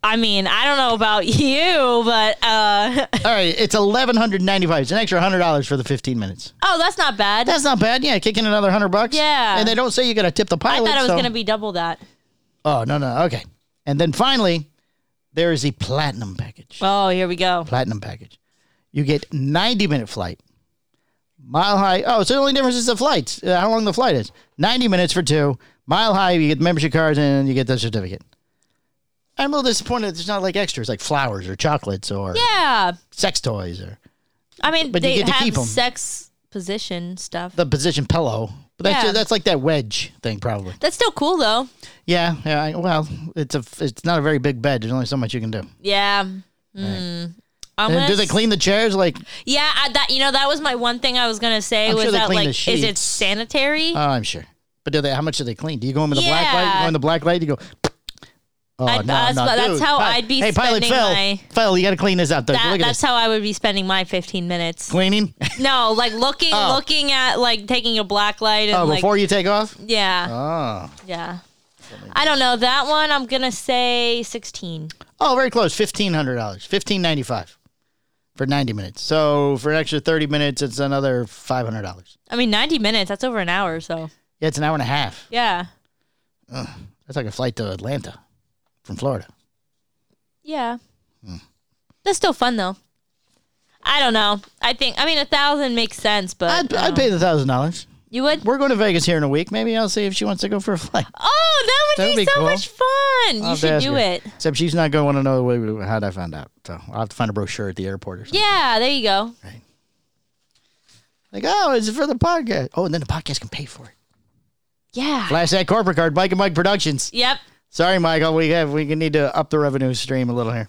[SPEAKER 2] I mean, I don't know about you, but uh,
[SPEAKER 3] All right, it's 1195. It's an extra $100 for the 15 minutes.
[SPEAKER 2] oh, that's not bad.
[SPEAKER 3] That's not bad. Yeah, kicking another 100 bucks.
[SPEAKER 2] Yeah.
[SPEAKER 3] And they don't say you got to tip the
[SPEAKER 2] I
[SPEAKER 3] pilot.
[SPEAKER 2] thought it was
[SPEAKER 3] so-
[SPEAKER 2] gonna be double that.
[SPEAKER 3] Oh no no okay. And then finally, there is the platinum package.
[SPEAKER 2] Oh, here we go.
[SPEAKER 3] platinum package, you get ninety minute flight, mile high. Oh, so the only difference is the flights. uh, how long the flight is? Ninety minutes for two. Mile high, you get the membership cards and you get the certificate. I'm a little disappointed. that There's not like extras like flowers or chocolates or
[SPEAKER 2] Yeah,
[SPEAKER 3] sex toys or
[SPEAKER 2] I mean,
[SPEAKER 3] But you
[SPEAKER 2] they
[SPEAKER 3] get to
[SPEAKER 2] have
[SPEAKER 3] keep 'em.
[SPEAKER 2] sex position stuff.
[SPEAKER 3] the position pillow. But that's
[SPEAKER 2] Yeah.
[SPEAKER 3] that's like that wedge thing probably.
[SPEAKER 2] that's still cool though.
[SPEAKER 3] Yeah, yeah. I, well, it's a it's not a very big bed. There's only so much you can do.
[SPEAKER 2] Yeah. Mm. I'm
[SPEAKER 3] And
[SPEAKER 2] gonna
[SPEAKER 3] do they
[SPEAKER 2] s-
[SPEAKER 3] clean the chairs like
[SPEAKER 2] Yeah, I, that you know that was my one thing I was gonna say
[SPEAKER 3] I'm
[SPEAKER 2] was
[SPEAKER 3] sure they
[SPEAKER 2] that like
[SPEAKER 3] clean the
[SPEAKER 2] is it
[SPEAKER 3] sheets.
[SPEAKER 2] sanitary?
[SPEAKER 3] Oh, I'm sure. But do they? How much do they clean? Do you go in with a black light? You go
[SPEAKER 2] Yeah.
[SPEAKER 3] in the black light. You go. Oh
[SPEAKER 2] I'd-
[SPEAKER 3] no,
[SPEAKER 2] that's
[SPEAKER 3] no,
[SPEAKER 2] what- that's
[SPEAKER 3] dude.
[SPEAKER 2] how
[SPEAKER 3] Pi-
[SPEAKER 2] I'd be
[SPEAKER 3] Hey, pilot
[SPEAKER 2] spending
[SPEAKER 3] Phil,
[SPEAKER 2] my-
[SPEAKER 3] Phil, you got to clean this up. Though.
[SPEAKER 2] that,
[SPEAKER 3] Look at
[SPEAKER 2] that's
[SPEAKER 3] this
[SPEAKER 2] how I would be spending my 15 minutes.
[SPEAKER 3] cleaning.
[SPEAKER 2] No, like looking
[SPEAKER 3] Oh.
[SPEAKER 2] looking at like taking a black light and
[SPEAKER 3] oh,
[SPEAKER 2] like
[SPEAKER 3] before you take off.
[SPEAKER 2] yeah.
[SPEAKER 3] Oh,
[SPEAKER 2] Yeah. I don't know. That one, I'm going to say 16.
[SPEAKER 3] oh, very close. Fifteen hundred dollars. Fifteen ninety five for ninety minutes. So for an extra thirty minutes, it's another five hundred dollars.
[SPEAKER 2] I mean, 90 minutes, that's over an hour. So,
[SPEAKER 3] Yeah, it's an hour and a half.
[SPEAKER 2] yeah.
[SPEAKER 3] That's like a flight to Atlanta from Florida.
[SPEAKER 2] Yeah.
[SPEAKER 3] Hmm.
[SPEAKER 2] That's still fun, though. I don't know. I think, I mean, a thousand makes sense, but.
[SPEAKER 3] I'd,
[SPEAKER 2] I
[SPEAKER 3] I'd
[SPEAKER 2] don't
[SPEAKER 3] pay
[SPEAKER 2] know.
[SPEAKER 3] the thousand dollars.
[SPEAKER 2] You would?
[SPEAKER 3] We're going to Vegas here in a week. Maybe I'll see if she wants to go for a flight.
[SPEAKER 2] Oh, that would
[SPEAKER 3] That'd
[SPEAKER 2] be,
[SPEAKER 3] be
[SPEAKER 2] so
[SPEAKER 3] cool.
[SPEAKER 2] much fun.
[SPEAKER 3] I'll
[SPEAKER 2] you
[SPEAKER 3] have to
[SPEAKER 2] should
[SPEAKER 3] ask
[SPEAKER 2] do
[SPEAKER 3] her.
[SPEAKER 2] it.
[SPEAKER 3] Except she's not going to know the way how I found out. So I'll have to find a brochure at the airport or something.
[SPEAKER 2] Yeah, there you go.
[SPEAKER 3] Like, oh, it's for the podcast. Oh, and then the podcast can pay for it.
[SPEAKER 2] Yeah.
[SPEAKER 3] Flash that corporate card, Mike and Mike Productions.
[SPEAKER 2] Yep.
[SPEAKER 3] Sorry, Michael. We have we need to up the revenue stream a little here.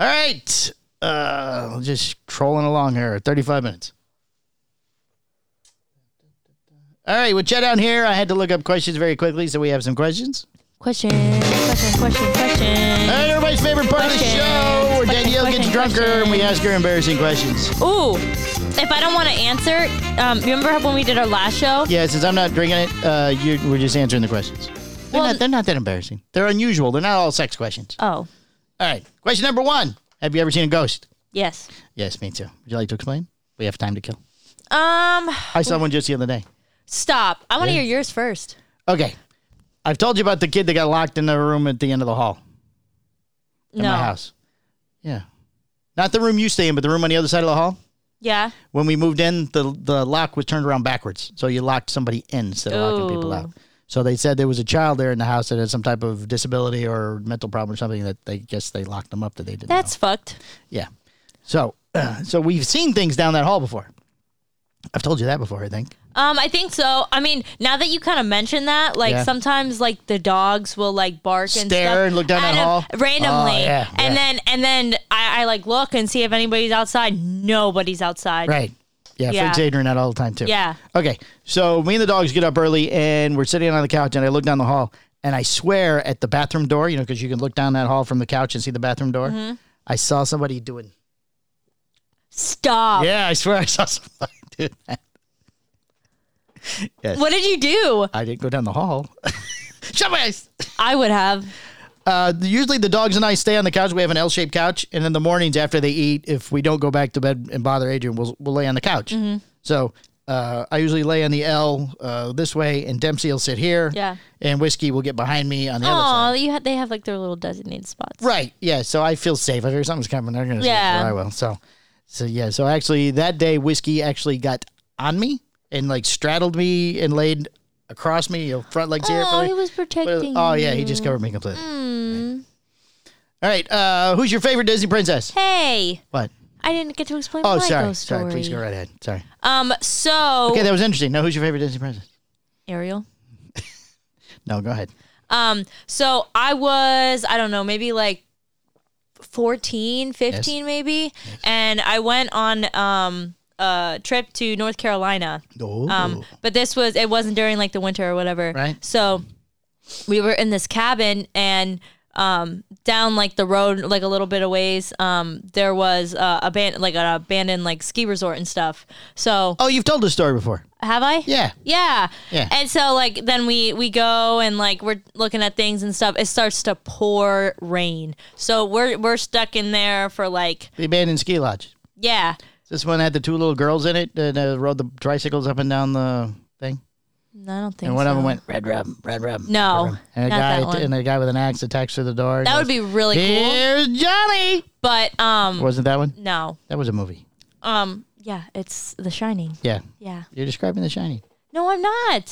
[SPEAKER 3] All right. Uh just trolling along here. 35 minutes. All right, with Chet down here, I had to look up questions very quickly, so we have some questions.
[SPEAKER 2] Question, question, question, question.
[SPEAKER 3] All right, everybody's favorite part of the
[SPEAKER 2] Questions.
[SPEAKER 3] show where
[SPEAKER 2] Questions,
[SPEAKER 3] Danielle gets
[SPEAKER 2] questions,
[SPEAKER 3] drunker and we
[SPEAKER 2] questions.
[SPEAKER 3] ask her embarrassing questions.
[SPEAKER 2] Ooh, if I don't want to answer, um, remember when we did our last show?
[SPEAKER 3] Yeah, since I'm not drinking it, uh, you we're just answering the questions. They're,
[SPEAKER 2] Well-
[SPEAKER 3] not, they're not that embarrassing. They're unusual. They're not all sex questions.
[SPEAKER 2] Oh,
[SPEAKER 3] All right. Question number one Have you ever seen a ghost?
[SPEAKER 2] yes.
[SPEAKER 3] Yes, me too. Would you like to explain? We have time to kill.
[SPEAKER 2] Um,
[SPEAKER 3] I saw one just the other day.
[SPEAKER 2] stop. I want to hear yours first.
[SPEAKER 3] Okay. I've told you about the kid that got locked in the room at the end of the hall in
[SPEAKER 2] No.
[SPEAKER 3] my house. Yeah. Not the room you stay in, but the room on the other side of the hall.
[SPEAKER 2] Yeah.
[SPEAKER 3] When we moved in, the the lock was turned around backwards. So you locked somebody in instead of locking people
[SPEAKER 2] Ooh.
[SPEAKER 3] out. So they said there was a child there in the house that had some type of disability or mental problem or something that they guess they locked them up that they didn't. know.
[SPEAKER 2] That's fucked.
[SPEAKER 3] Yeah. So, so we've seen things down that hall before. I've told you that before, I think.
[SPEAKER 2] Um, I think so. I mean, now that you kind of mentioned that, like
[SPEAKER 3] Yeah.
[SPEAKER 2] sometimes like the dogs will like bark and
[SPEAKER 3] Stare
[SPEAKER 2] stuff
[SPEAKER 3] and look down
[SPEAKER 2] out
[SPEAKER 3] that
[SPEAKER 2] of-
[SPEAKER 3] hall?
[SPEAKER 2] randomly,
[SPEAKER 3] Oh, yeah, yeah.
[SPEAKER 2] and then and then I, I like look and see if anybody's outside. Nobody's outside.
[SPEAKER 3] Right. Yeah,
[SPEAKER 2] Yeah.
[SPEAKER 3] freaks Adrian out all the time too.
[SPEAKER 2] Yeah.
[SPEAKER 3] Okay. So me and the dogs get up early and we're sitting on the couch and I look down the hall and I swear at the bathroom door, you know, because you can look down that hall from the couch and see the bathroom door.
[SPEAKER 2] Mm-hmm.
[SPEAKER 3] I saw somebody doing.
[SPEAKER 2] Stop.
[SPEAKER 3] Yeah, I swear I saw somebody do that. Yes.
[SPEAKER 2] What did you do?
[SPEAKER 3] I didn't go down the hall. Shut my eyes.
[SPEAKER 2] I would have.
[SPEAKER 3] Uh, usually the dogs and I stay on the couch. We have an L-shaped couch, and in Mm-hmm. the mornings after they eat, if we don't go back to bed and bother Adrian, we'll we'll lay on the couch. So Uh, I usually lay on the L uh, this way, and Dempsey will sit here.
[SPEAKER 2] Yeah.
[SPEAKER 3] And Whiskey will get behind me on the other side.
[SPEAKER 2] Oh, you ha- they have like their little designated spots.
[SPEAKER 3] Right. Yeah. So I feel safe. If there's something's coming, they're gonna yeah.
[SPEAKER 2] Yeah.
[SPEAKER 3] I will. So, so yeah. So actually, that day whiskey actually got on me and like straddled me and laid across me, you know, front legs here.
[SPEAKER 2] Oh,
[SPEAKER 3] front
[SPEAKER 2] he
[SPEAKER 3] leg-
[SPEAKER 2] was protecting.
[SPEAKER 3] Oh yeah, he
[SPEAKER 2] you.
[SPEAKER 3] just covered me completely.
[SPEAKER 2] Hmm.
[SPEAKER 3] All right. Uh, who's your favorite Disney princess?
[SPEAKER 2] Hey,
[SPEAKER 3] What?
[SPEAKER 2] I didn't get to explain
[SPEAKER 3] Oh,
[SPEAKER 2] my
[SPEAKER 3] sorry.
[SPEAKER 2] ghost story.
[SPEAKER 3] Sorry. Please go right ahead. Sorry.
[SPEAKER 2] Um. So
[SPEAKER 3] Okay, that was interesting. Now, who's your favorite Disney princess?
[SPEAKER 2] Ariel.
[SPEAKER 3] No, go ahead.
[SPEAKER 2] Um, so I was, I don't know, maybe like 14, 15 maybe. And I went on um a trip to North Carolina.
[SPEAKER 3] No.
[SPEAKER 2] Um, but this was it wasn't during like the winter or whatever.
[SPEAKER 3] Right.
[SPEAKER 2] So we were in this cabin and um down like the road like a little bit of ways um there was uh, abandoned like an abandoned like ski resort and stuff. So
[SPEAKER 3] oh, you've told this story before.
[SPEAKER 2] have I?
[SPEAKER 3] Yeah.
[SPEAKER 2] Yeah.
[SPEAKER 3] Yeah.
[SPEAKER 2] And so like then we we go and like we're looking at things and stuff. It starts to pour rain. So we're we're stuck in there for like
[SPEAKER 3] The abandoned ski lodge.
[SPEAKER 2] yeah.
[SPEAKER 3] This one had the two little girls in it that uh, rode the tricycles up and down the thing.
[SPEAKER 2] No, I don't think
[SPEAKER 3] And one
[SPEAKER 2] so.
[SPEAKER 3] of them went red rum, red rum.
[SPEAKER 2] No.
[SPEAKER 3] And a
[SPEAKER 2] not
[SPEAKER 3] guy
[SPEAKER 2] that one.
[SPEAKER 3] and a guy with an axe attacks through the door. and
[SPEAKER 2] that would
[SPEAKER 3] goes,
[SPEAKER 2] be really cool.
[SPEAKER 3] Here's Johnny.
[SPEAKER 2] But um
[SPEAKER 3] Wasn't that one?
[SPEAKER 2] no.
[SPEAKER 3] That was a movie.
[SPEAKER 2] Um yeah, it's The Shining.
[SPEAKER 3] Yeah.
[SPEAKER 2] Yeah.
[SPEAKER 3] You're describing The Shining.
[SPEAKER 2] No, I'm not.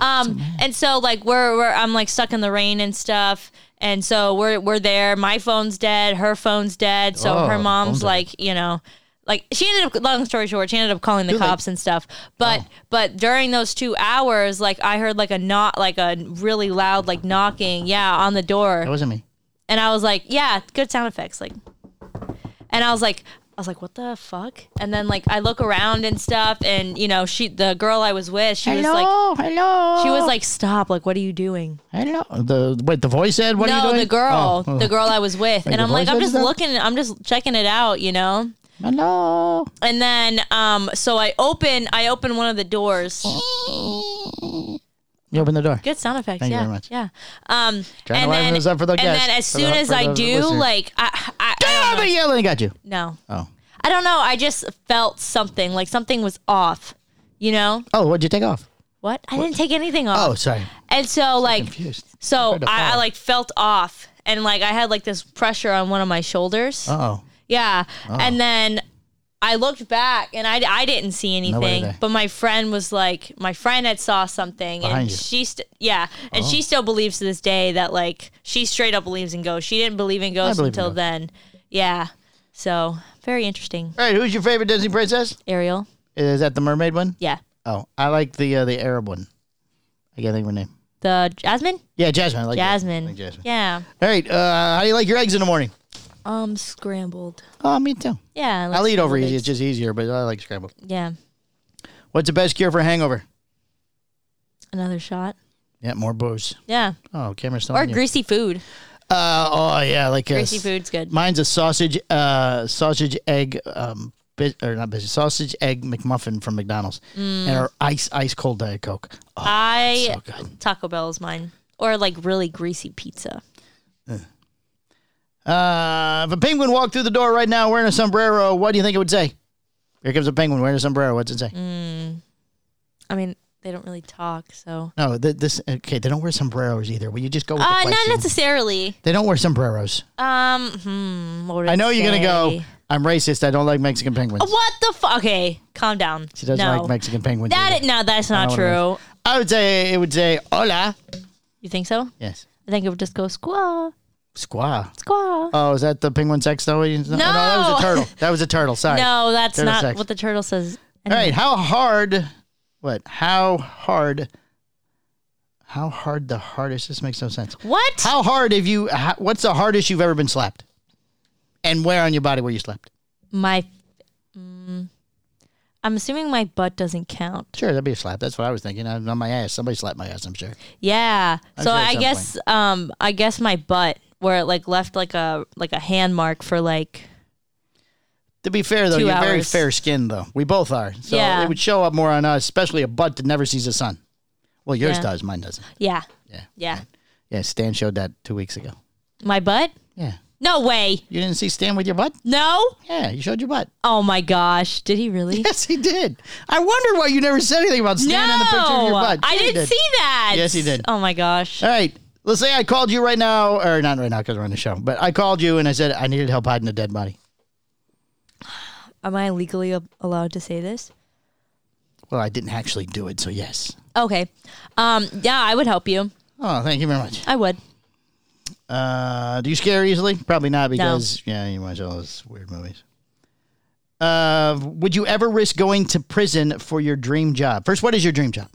[SPEAKER 2] Um, and so like we're, we're I'm like stuck in the rain and stuff, and so we're we're there. My phone's dead. Her phone's dead. So
[SPEAKER 3] Oh,
[SPEAKER 2] her
[SPEAKER 3] phone's
[SPEAKER 2] mom's
[SPEAKER 3] dead.
[SPEAKER 2] like you know, like she ended up. Long story short, she ended up calling the
[SPEAKER 3] late.
[SPEAKER 2] cops and stuff.
[SPEAKER 3] oh.
[SPEAKER 2] But but during those two hours, like I heard like a knock, like a really loud like knocking, yeah, on the door.
[SPEAKER 3] That wasn't me.
[SPEAKER 2] And I was like, yeah, good sound effects. Like, and I was like, I was like, what the fuck? And then like I look around and stuff, and you know, she, the girl I was with, she was like,
[SPEAKER 3] hello, hello.
[SPEAKER 2] she was like, stop. Like, what are you doing?
[SPEAKER 3] hello. The wait, the voice said, "What
[SPEAKER 2] no,
[SPEAKER 3] are you doing?"
[SPEAKER 2] the girl,
[SPEAKER 3] Oh.
[SPEAKER 2] the girl I was with, and
[SPEAKER 3] the
[SPEAKER 2] I'm like, I'm
[SPEAKER 3] voice said
[SPEAKER 2] just
[SPEAKER 3] that?
[SPEAKER 2] looking, I'm just checking it out, you know.
[SPEAKER 3] Hello.
[SPEAKER 2] And then, um, so I open, I open one of the doors.
[SPEAKER 3] You open the door.
[SPEAKER 2] Good sound effects.
[SPEAKER 3] Thank you
[SPEAKER 2] yeah,
[SPEAKER 3] very much.
[SPEAKER 2] yeah. Um,
[SPEAKER 3] Trying to
[SPEAKER 2] and
[SPEAKER 3] liven
[SPEAKER 2] then,
[SPEAKER 3] this up for the
[SPEAKER 2] and
[SPEAKER 3] guests,
[SPEAKER 2] then as
[SPEAKER 3] for
[SPEAKER 2] soon
[SPEAKER 3] the-
[SPEAKER 2] as
[SPEAKER 3] for
[SPEAKER 2] I
[SPEAKER 3] the
[SPEAKER 2] do,
[SPEAKER 3] listeners.
[SPEAKER 2] like, I, I, I
[SPEAKER 3] Damn
[SPEAKER 2] don't
[SPEAKER 3] it, yelling got you.
[SPEAKER 2] know. no,
[SPEAKER 3] Oh.
[SPEAKER 2] I don't know. I just felt something, like something was off. You know
[SPEAKER 3] Oh, what'd you take off?
[SPEAKER 2] what? I didn't take anything off.
[SPEAKER 3] Oh, sorry.
[SPEAKER 2] and so like,
[SPEAKER 3] Confused.
[SPEAKER 2] so
[SPEAKER 3] Afraid to
[SPEAKER 2] I, I
[SPEAKER 3] fall.
[SPEAKER 2] like felt off, and like I had like this pressure on one of my shoulders.
[SPEAKER 3] Oh.
[SPEAKER 2] Yeah. And then I looked back and I, I didn't see
[SPEAKER 3] there.
[SPEAKER 2] anything, but my friend was like, my friend had saw something
[SPEAKER 3] Behind
[SPEAKER 2] and
[SPEAKER 3] you. Oh.
[SPEAKER 2] she, st- yeah. And she still believes to this day that like, she straight up believes in ghosts. She didn't believe in ghosts
[SPEAKER 3] believe in
[SPEAKER 2] until
[SPEAKER 3] ghosts.
[SPEAKER 2] then. Yeah. So very interesting.
[SPEAKER 3] All right. Who's your favorite Disney princess?
[SPEAKER 2] Ariel.
[SPEAKER 3] Is that the mermaid one?
[SPEAKER 2] Yeah.
[SPEAKER 3] Oh, I like the uh, the Arab one. I can't think of her name.
[SPEAKER 2] The Jasmine?
[SPEAKER 3] Yeah, Jasmine. I like
[SPEAKER 2] Jasmine.
[SPEAKER 3] I like Jasmine.
[SPEAKER 2] Yeah.
[SPEAKER 3] All right. Uh, how do you like your eggs in the morning?
[SPEAKER 2] Um, scrambled.
[SPEAKER 3] Oh, me too.
[SPEAKER 2] Yeah. I like
[SPEAKER 3] I'll eat over
[SPEAKER 2] scrambled
[SPEAKER 3] easy.
[SPEAKER 2] eggs.
[SPEAKER 3] It's just easier, but I like scrambled.
[SPEAKER 2] Yeah.
[SPEAKER 3] What's the best cure for hangover?
[SPEAKER 2] Another shot.
[SPEAKER 3] Yeah, more booze.
[SPEAKER 2] Yeah.
[SPEAKER 3] Oh, camera's still
[SPEAKER 2] Or
[SPEAKER 3] on you.
[SPEAKER 2] greasy food.
[SPEAKER 3] Uh, oh yeah, like a,
[SPEAKER 2] Greasy food's good.
[SPEAKER 3] Mine's a sausage, uh, sausage egg, um, bit, or not busy, sausage egg McMuffin from McDonald's, and
[SPEAKER 2] Mm.
[SPEAKER 3] our ice ice cold diet coke. Oh,
[SPEAKER 2] I
[SPEAKER 3] so good.
[SPEAKER 2] Taco Bell is mine. Or like really greasy pizza.
[SPEAKER 3] Uh, if a penguin walked through the door right now wearing a sombrero, what do you think it would say? Here comes a penguin wearing a sombrero. What's it say?
[SPEAKER 2] Mm. I mean, they don't really talk, so.
[SPEAKER 3] No, th- this okay. They don't wear sombreros either. Will you just go with
[SPEAKER 2] Uh,
[SPEAKER 3] the
[SPEAKER 2] not
[SPEAKER 3] question?
[SPEAKER 2] necessarily.
[SPEAKER 3] they don't wear sombreros.
[SPEAKER 2] Um, hmm, what would
[SPEAKER 3] I
[SPEAKER 2] it
[SPEAKER 3] know you're gonna go.
[SPEAKER 2] say?
[SPEAKER 3] I'm racist. I don't like Mexican penguins.
[SPEAKER 2] Uh, What the fuck? Okay, calm down.
[SPEAKER 3] She doesn't
[SPEAKER 2] no.
[SPEAKER 3] like Mexican penguins.
[SPEAKER 2] That
[SPEAKER 3] either.
[SPEAKER 2] i- no, that's not
[SPEAKER 3] I don't know
[SPEAKER 2] true.
[SPEAKER 3] I would say it would say hola.
[SPEAKER 2] You think so?
[SPEAKER 3] Yes,
[SPEAKER 2] I think it would just go squaw,
[SPEAKER 3] squaw.
[SPEAKER 2] squaw.
[SPEAKER 3] Oh, is that the penguin sex though? No, no that was a
[SPEAKER 2] No.
[SPEAKER 3] turtle. That was a turtle. Sorry.
[SPEAKER 2] no, that's
[SPEAKER 3] Turtle
[SPEAKER 2] not
[SPEAKER 3] sex.
[SPEAKER 2] what the turtle says.
[SPEAKER 3] All right. How hard? What? How hard? How hard? The hardest. This makes no sense.
[SPEAKER 2] What?
[SPEAKER 3] How hard have you? How, what's the hardest you've ever been slapped? And where on your body were you slapped?
[SPEAKER 2] My, mm, I'm assuming my butt doesn't count.
[SPEAKER 3] Sure, that'd be a slap. That's what I was thinking. I, on my ass. Somebody slapped my ass. I'm sure.
[SPEAKER 2] Yeah.
[SPEAKER 3] I'm
[SPEAKER 2] so
[SPEAKER 3] sure at
[SPEAKER 2] I
[SPEAKER 3] some
[SPEAKER 2] guess um I guess my butt where it like left like a like a hand mark for like
[SPEAKER 3] To be fair though, you
[SPEAKER 2] Two
[SPEAKER 3] you're very
[SPEAKER 2] hours.
[SPEAKER 3] fair skinned though. We both are. So
[SPEAKER 2] Yeah.
[SPEAKER 3] it would show up more on us, especially a butt that never sees the sun. Well, yours
[SPEAKER 2] Yeah.
[SPEAKER 3] does. Mine doesn't.
[SPEAKER 2] yeah.
[SPEAKER 3] Yeah.
[SPEAKER 2] Yeah.
[SPEAKER 3] Yeah. Stan showed that two weeks ago.
[SPEAKER 2] My butt?
[SPEAKER 3] Yeah.
[SPEAKER 2] No way.
[SPEAKER 3] You didn't see Stan with your butt?
[SPEAKER 2] No?
[SPEAKER 3] Yeah, you showed your butt.
[SPEAKER 2] Oh my gosh. Did he really?
[SPEAKER 3] Yes, he did. I wonder why you never said anything about Stan in the picture of your
[SPEAKER 2] No.
[SPEAKER 3] butt.
[SPEAKER 2] I
[SPEAKER 3] Sure you
[SPEAKER 2] didn't
[SPEAKER 3] did.
[SPEAKER 2] see that.
[SPEAKER 3] Yes, he did.
[SPEAKER 2] Oh my gosh.
[SPEAKER 3] All right. Let's say I called you right now, or not right now because we're on the show, but I called you and I said I needed help hiding a dead body.
[SPEAKER 2] Am I legally ab- allowed to say this?
[SPEAKER 3] Well, I didn't actually do it, so yes.
[SPEAKER 2] Okay. Um, yeah, I would help you.
[SPEAKER 3] Oh, thank you very much.
[SPEAKER 2] I would.
[SPEAKER 3] Uh, do you scare easily? Probably not because yeah, you watch all those weird movies. Uh, would you ever risk going to prison for your dream job? First, what is your dream job?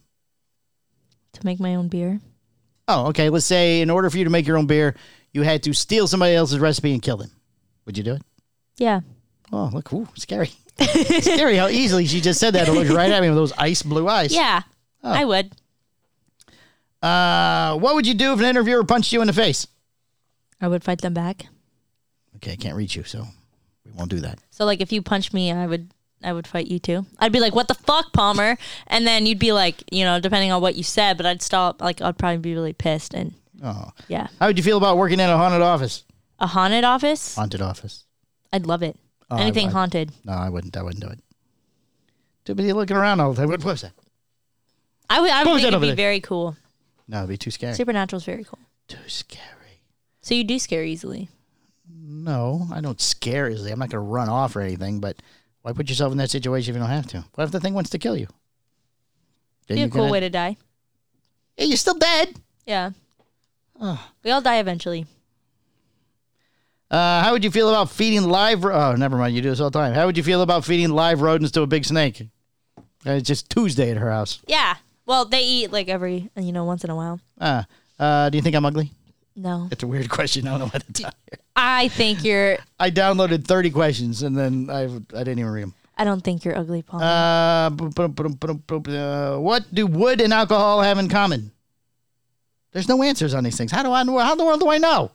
[SPEAKER 2] To make my own beer.
[SPEAKER 3] Oh, okay. Let's say in order for you to make your own beer, you had to steal somebody else's recipe and kill them. Would you do it?
[SPEAKER 2] Yeah.
[SPEAKER 3] Oh, look, ooh, scary. scary how easily she just said that and looked right at me with those ice blue eyes.
[SPEAKER 2] Yeah.
[SPEAKER 3] Oh.
[SPEAKER 2] I would.
[SPEAKER 3] Uh, what would you do if an interviewer punched you in the face?
[SPEAKER 2] I would fight them back.
[SPEAKER 3] Okay, I can't reach you, so we won't do that.
[SPEAKER 2] So like if you punch me, I would I would fight you too. I'd be like, "What the fuck, Palmer?" And then you'd be like, you know, depending on what you said, but I'd stop like I'd probably be really pissed and
[SPEAKER 3] Oh.
[SPEAKER 2] yeah.
[SPEAKER 3] How would you feel about working in a haunted office?
[SPEAKER 2] A haunted office?
[SPEAKER 3] Haunted office.
[SPEAKER 2] I'd love it.
[SPEAKER 3] Oh, I-
[SPEAKER 2] Anything
[SPEAKER 3] I-
[SPEAKER 2] haunted.
[SPEAKER 3] No, I wouldn't. I wouldn't do it. Too busy looking around all the time. What was that?
[SPEAKER 2] I would I
[SPEAKER 3] What
[SPEAKER 2] would
[SPEAKER 3] was
[SPEAKER 2] think
[SPEAKER 3] that
[SPEAKER 2] it'd
[SPEAKER 3] over
[SPEAKER 2] be
[SPEAKER 3] there?
[SPEAKER 2] very cool.
[SPEAKER 3] No, it'd be too scary.
[SPEAKER 2] Supernatural's very cool.
[SPEAKER 3] Too scary.
[SPEAKER 2] So you do scare easily.
[SPEAKER 3] No, I don't scare easily. I'm not going to run off or anything, but why put yourself in that situation if you don't have to? What if the thing wants to kill you? Then
[SPEAKER 2] Be a
[SPEAKER 3] you're
[SPEAKER 2] cool
[SPEAKER 3] gonna-
[SPEAKER 2] way to die.
[SPEAKER 3] Yeah, you're still dead.
[SPEAKER 2] Yeah.
[SPEAKER 3] Ah.
[SPEAKER 2] We all die eventually.
[SPEAKER 3] Uh, how would you feel about feeding live? Ro- oh, never mind. You do this all the time. How would you feel about feeding live rodents to a big snake? Uh, It's just Tuesday at her house.
[SPEAKER 2] Yeah. Well, they eat like every you know once in a while.
[SPEAKER 3] Uh, uh, do you think I'm ugly?
[SPEAKER 2] No,
[SPEAKER 3] That's a weird question. I don't know what to tell you.
[SPEAKER 2] I think you're.
[SPEAKER 3] I downloaded 30 questions and then I, I didn't even read them.
[SPEAKER 2] I don't think you're ugly, Paul.
[SPEAKER 3] Uh, bu- bu- bu- bu- bu- bu- uh, what do wood and alcohol have in common? There's no answers on these things. How do I know? How in the world do I know?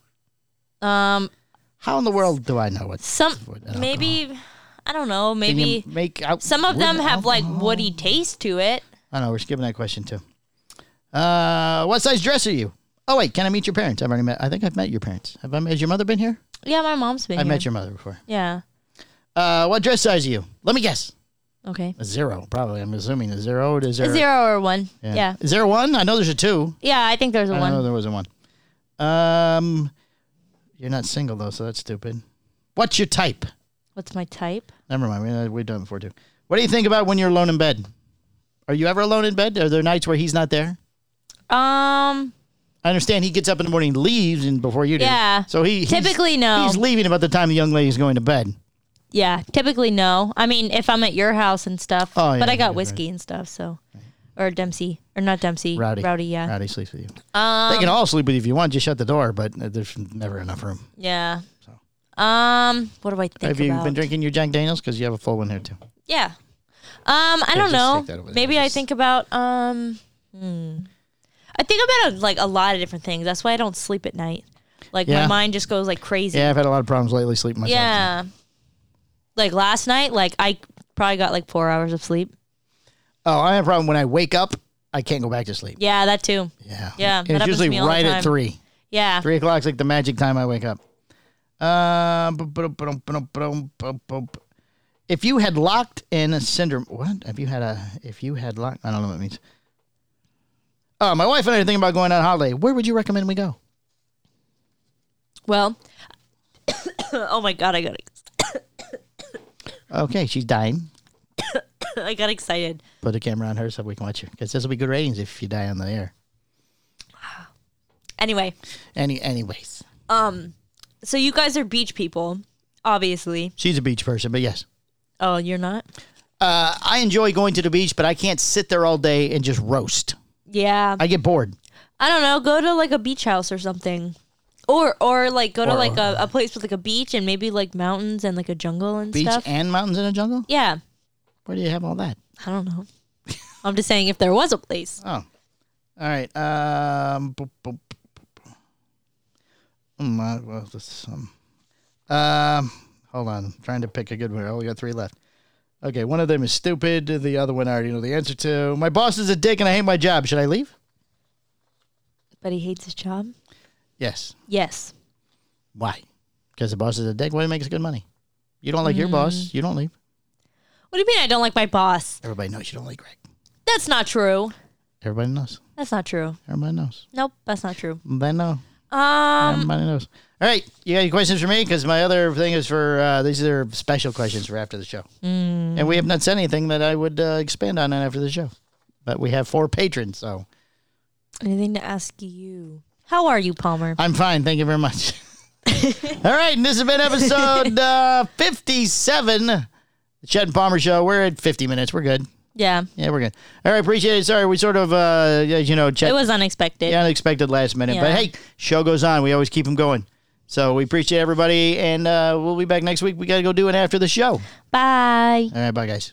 [SPEAKER 2] um,
[SPEAKER 3] How in the world do I know what's
[SPEAKER 2] some
[SPEAKER 3] wood and
[SPEAKER 2] maybe I don't know.
[SPEAKER 3] Can you
[SPEAKER 2] Maybe
[SPEAKER 3] make out
[SPEAKER 2] some of
[SPEAKER 3] wood
[SPEAKER 2] them
[SPEAKER 3] and
[SPEAKER 2] have like
[SPEAKER 3] alcohol?
[SPEAKER 2] woody taste to it.
[SPEAKER 3] I know we're skipping that question too. Uh, what size dress are you? Oh wait, can I meet your parents? I've already met. I think I've met your parents. Have I? Has your mother been here?
[SPEAKER 2] Yeah, my mom's been.
[SPEAKER 3] I've
[SPEAKER 2] here.
[SPEAKER 3] met your mother before.
[SPEAKER 2] Yeah.
[SPEAKER 3] Uh, what dress size are you? Let me guess.
[SPEAKER 2] Okay.
[SPEAKER 3] A zero, probably. I'm assuming a zero to zero.
[SPEAKER 2] A zero or a one. Yeah.
[SPEAKER 3] Yeah.
[SPEAKER 2] yeah.
[SPEAKER 3] Is there a one? I know there's a two.
[SPEAKER 2] I think there's a
[SPEAKER 3] I don't know
[SPEAKER 2] one.
[SPEAKER 3] there was a one. Um, you're not single though, so that's stupid. What's your type?
[SPEAKER 2] What's my type?
[SPEAKER 3] Never mind. we- uh, We've done it before too. What do you think about when you're alone in bed? Are you ever alone in bed? Are there nights where he's not there?
[SPEAKER 2] Um.
[SPEAKER 3] I understand he gets up in the morning, leaves, and before you do.
[SPEAKER 2] Yeah.
[SPEAKER 3] So he he's-
[SPEAKER 2] Typically, no.
[SPEAKER 3] He's leaving about the time the young lady's going to bed.
[SPEAKER 2] Yeah. Typically, no. I mean, if I'm at your house and stuff.
[SPEAKER 3] Oh, yeah,
[SPEAKER 2] But I
[SPEAKER 3] yeah,
[SPEAKER 2] got
[SPEAKER 3] right.
[SPEAKER 2] whiskey and stuff, so. Or Dempsey, or not Dempsey.
[SPEAKER 3] Rowdy.
[SPEAKER 2] Rowdy. Yeah. Um,
[SPEAKER 3] Rowdy sleeps with you. they can all sleep with you if you want. Just shut the door, but there's never enough room.
[SPEAKER 2] Yeah. Um. What do I think
[SPEAKER 3] Have you
[SPEAKER 2] about?
[SPEAKER 3] been drinking your Jack Daniels? Because you have a full one here too.
[SPEAKER 2] Yeah. Um, I don't
[SPEAKER 3] just
[SPEAKER 2] know.
[SPEAKER 3] stick that over there.
[SPEAKER 2] Maybe I
[SPEAKER 3] Just-
[SPEAKER 2] think about um, hmm. I think about uh, like a lot of different things. That's why I don't sleep at night. Like
[SPEAKER 3] Yeah.
[SPEAKER 2] my mind just goes like crazy.
[SPEAKER 3] Yeah, I've had a lot of problems lately sleeping myself.
[SPEAKER 2] Yeah. Like last night, like I probably got like four hours of sleep.
[SPEAKER 3] Oh, I have a problem when I wake up. I can't go back to sleep.
[SPEAKER 2] Yeah, that too.
[SPEAKER 3] Yeah.
[SPEAKER 2] Yeah,
[SPEAKER 3] And
[SPEAKER 2] that
[SPEAKER 3] It's
[SPEAKER 2] happens to
[SPEAKER 3] usually
[SPEAKER 2] me all the
[SPEAKER 3] right at
[SPEAKER 2] time.
[SPEAKER 3] three.
[SPEAKER 2] Yeah.
[SPEAKER 3] Three o'clock's like the magic time I wake up. Uh, bu- bu- bu- bu- bu- bu- bu- bu- bu- if you had locked in a syndrome, what? If you had a, if you had locked, I don't know what it means. Uh, my wife and I are thinking about going on holiday. Where would you recommend we go?
[SPEAKER 2] Well. oh my god, I got ex-
[SPEAKER 3] Okay, she's dying.
[SPEAKER 2] I got excited.
[SPEAKER 3] Put a camera on her so we can watch her because this will be good ratings if you die on the air.
[SPEAKER 2] Anyway,
[SPEAKER 3] Any, anyways,
[SPEAKER 2] um, so you guys are beach people, obviously.
[SPEAKER 3] she's a beach person, but yes,
[SPEAKER 2] Oh, you're not.
[SPEAKER 3] uh, I enjoy going to the beach, but I can't sit there all day and just roast.
[SPEAKER 2] Yeah.
[SPEAKER 3] I get bored.
[SPEAKER 2] I don't know, go to like a beach house or something. Or or like go to like a, a place with like a beach and maybe like mountains and like a jungle and
[SPEAKER 3] Beach
[SPEAKER 2] stuff.
[SPEAKER 3] and mountains in a jungle.
[SPEAKER 2] yeah.
[SPEAKER 3] Where do you have all that?
[SPEAKER 2] I don't know. I'm just saying if there was a place.
[SPEAKER 3] Oh. All right. Um, boop, boop, boop, boop. Mm, uh, well, this, um, um, hold on. I'm trying to pick a good one. I only got three left. Okay. One of them is stupid. The other one I already know the answer to. My boss is a dick and I hate my job. Should I leave?
[SPEAKER 2] But he hates his job.
[SPEAKER 3] Yes.
[SPEAKER 2] Yes.
[SPEAKER 3] Why? Because the boss is a dick. Well, he makes good money. You don't like your boss. You don't leave.
[SPEAKER 2] What do you mean I don't like my boss?
[SPEAKER 3] Everybody knows you don't like Greg.
[SPEAKER 2] That's not true.
[SPEAKER 3] Everybody knows.
[SPEAKER 2] That's not true.
[SPEAKER 3] Everybody knows.
[SPEAKER 2] Nope, that's not true.
[SPEAKER 3] They know.
[SPEAKER 2] Um,
[SPEAKER 3] Everybody knows. All right. You got any questions for me? Because my other thing is for uh, these are special questions for after the show. And we have not said anything that I would uh, expand on after the show. But we have four patrons. So
[SPEAKER 2] anything to ask you? How are you, Palmer?
[SPEAKER 3] I'm fine. Thank you very much. All right. And this has been episode uh, 57, the Chet and Palmer Show. We're at 50 minutes. We're good.
[SPEAKER 2] yeah,
[SPEAKER 3] Yeah, we're good. All right. Appreciate it. Sorry. We sort of, uh, you know, Chet.
[SPEAKER 2] it was unexpected.
[SPEAKER 3] Yeah, unexpected last minute. But
[SPEAKER 2] Yeah.
[SPEAKER 3] hey, show goes on. We always keep them going. So we appreciate everybody, and uh, we'll be back next week. We got to go do it after the show. All
[SPEAKER 2] Bye.
[SPEAKER 3] right, bye, guys.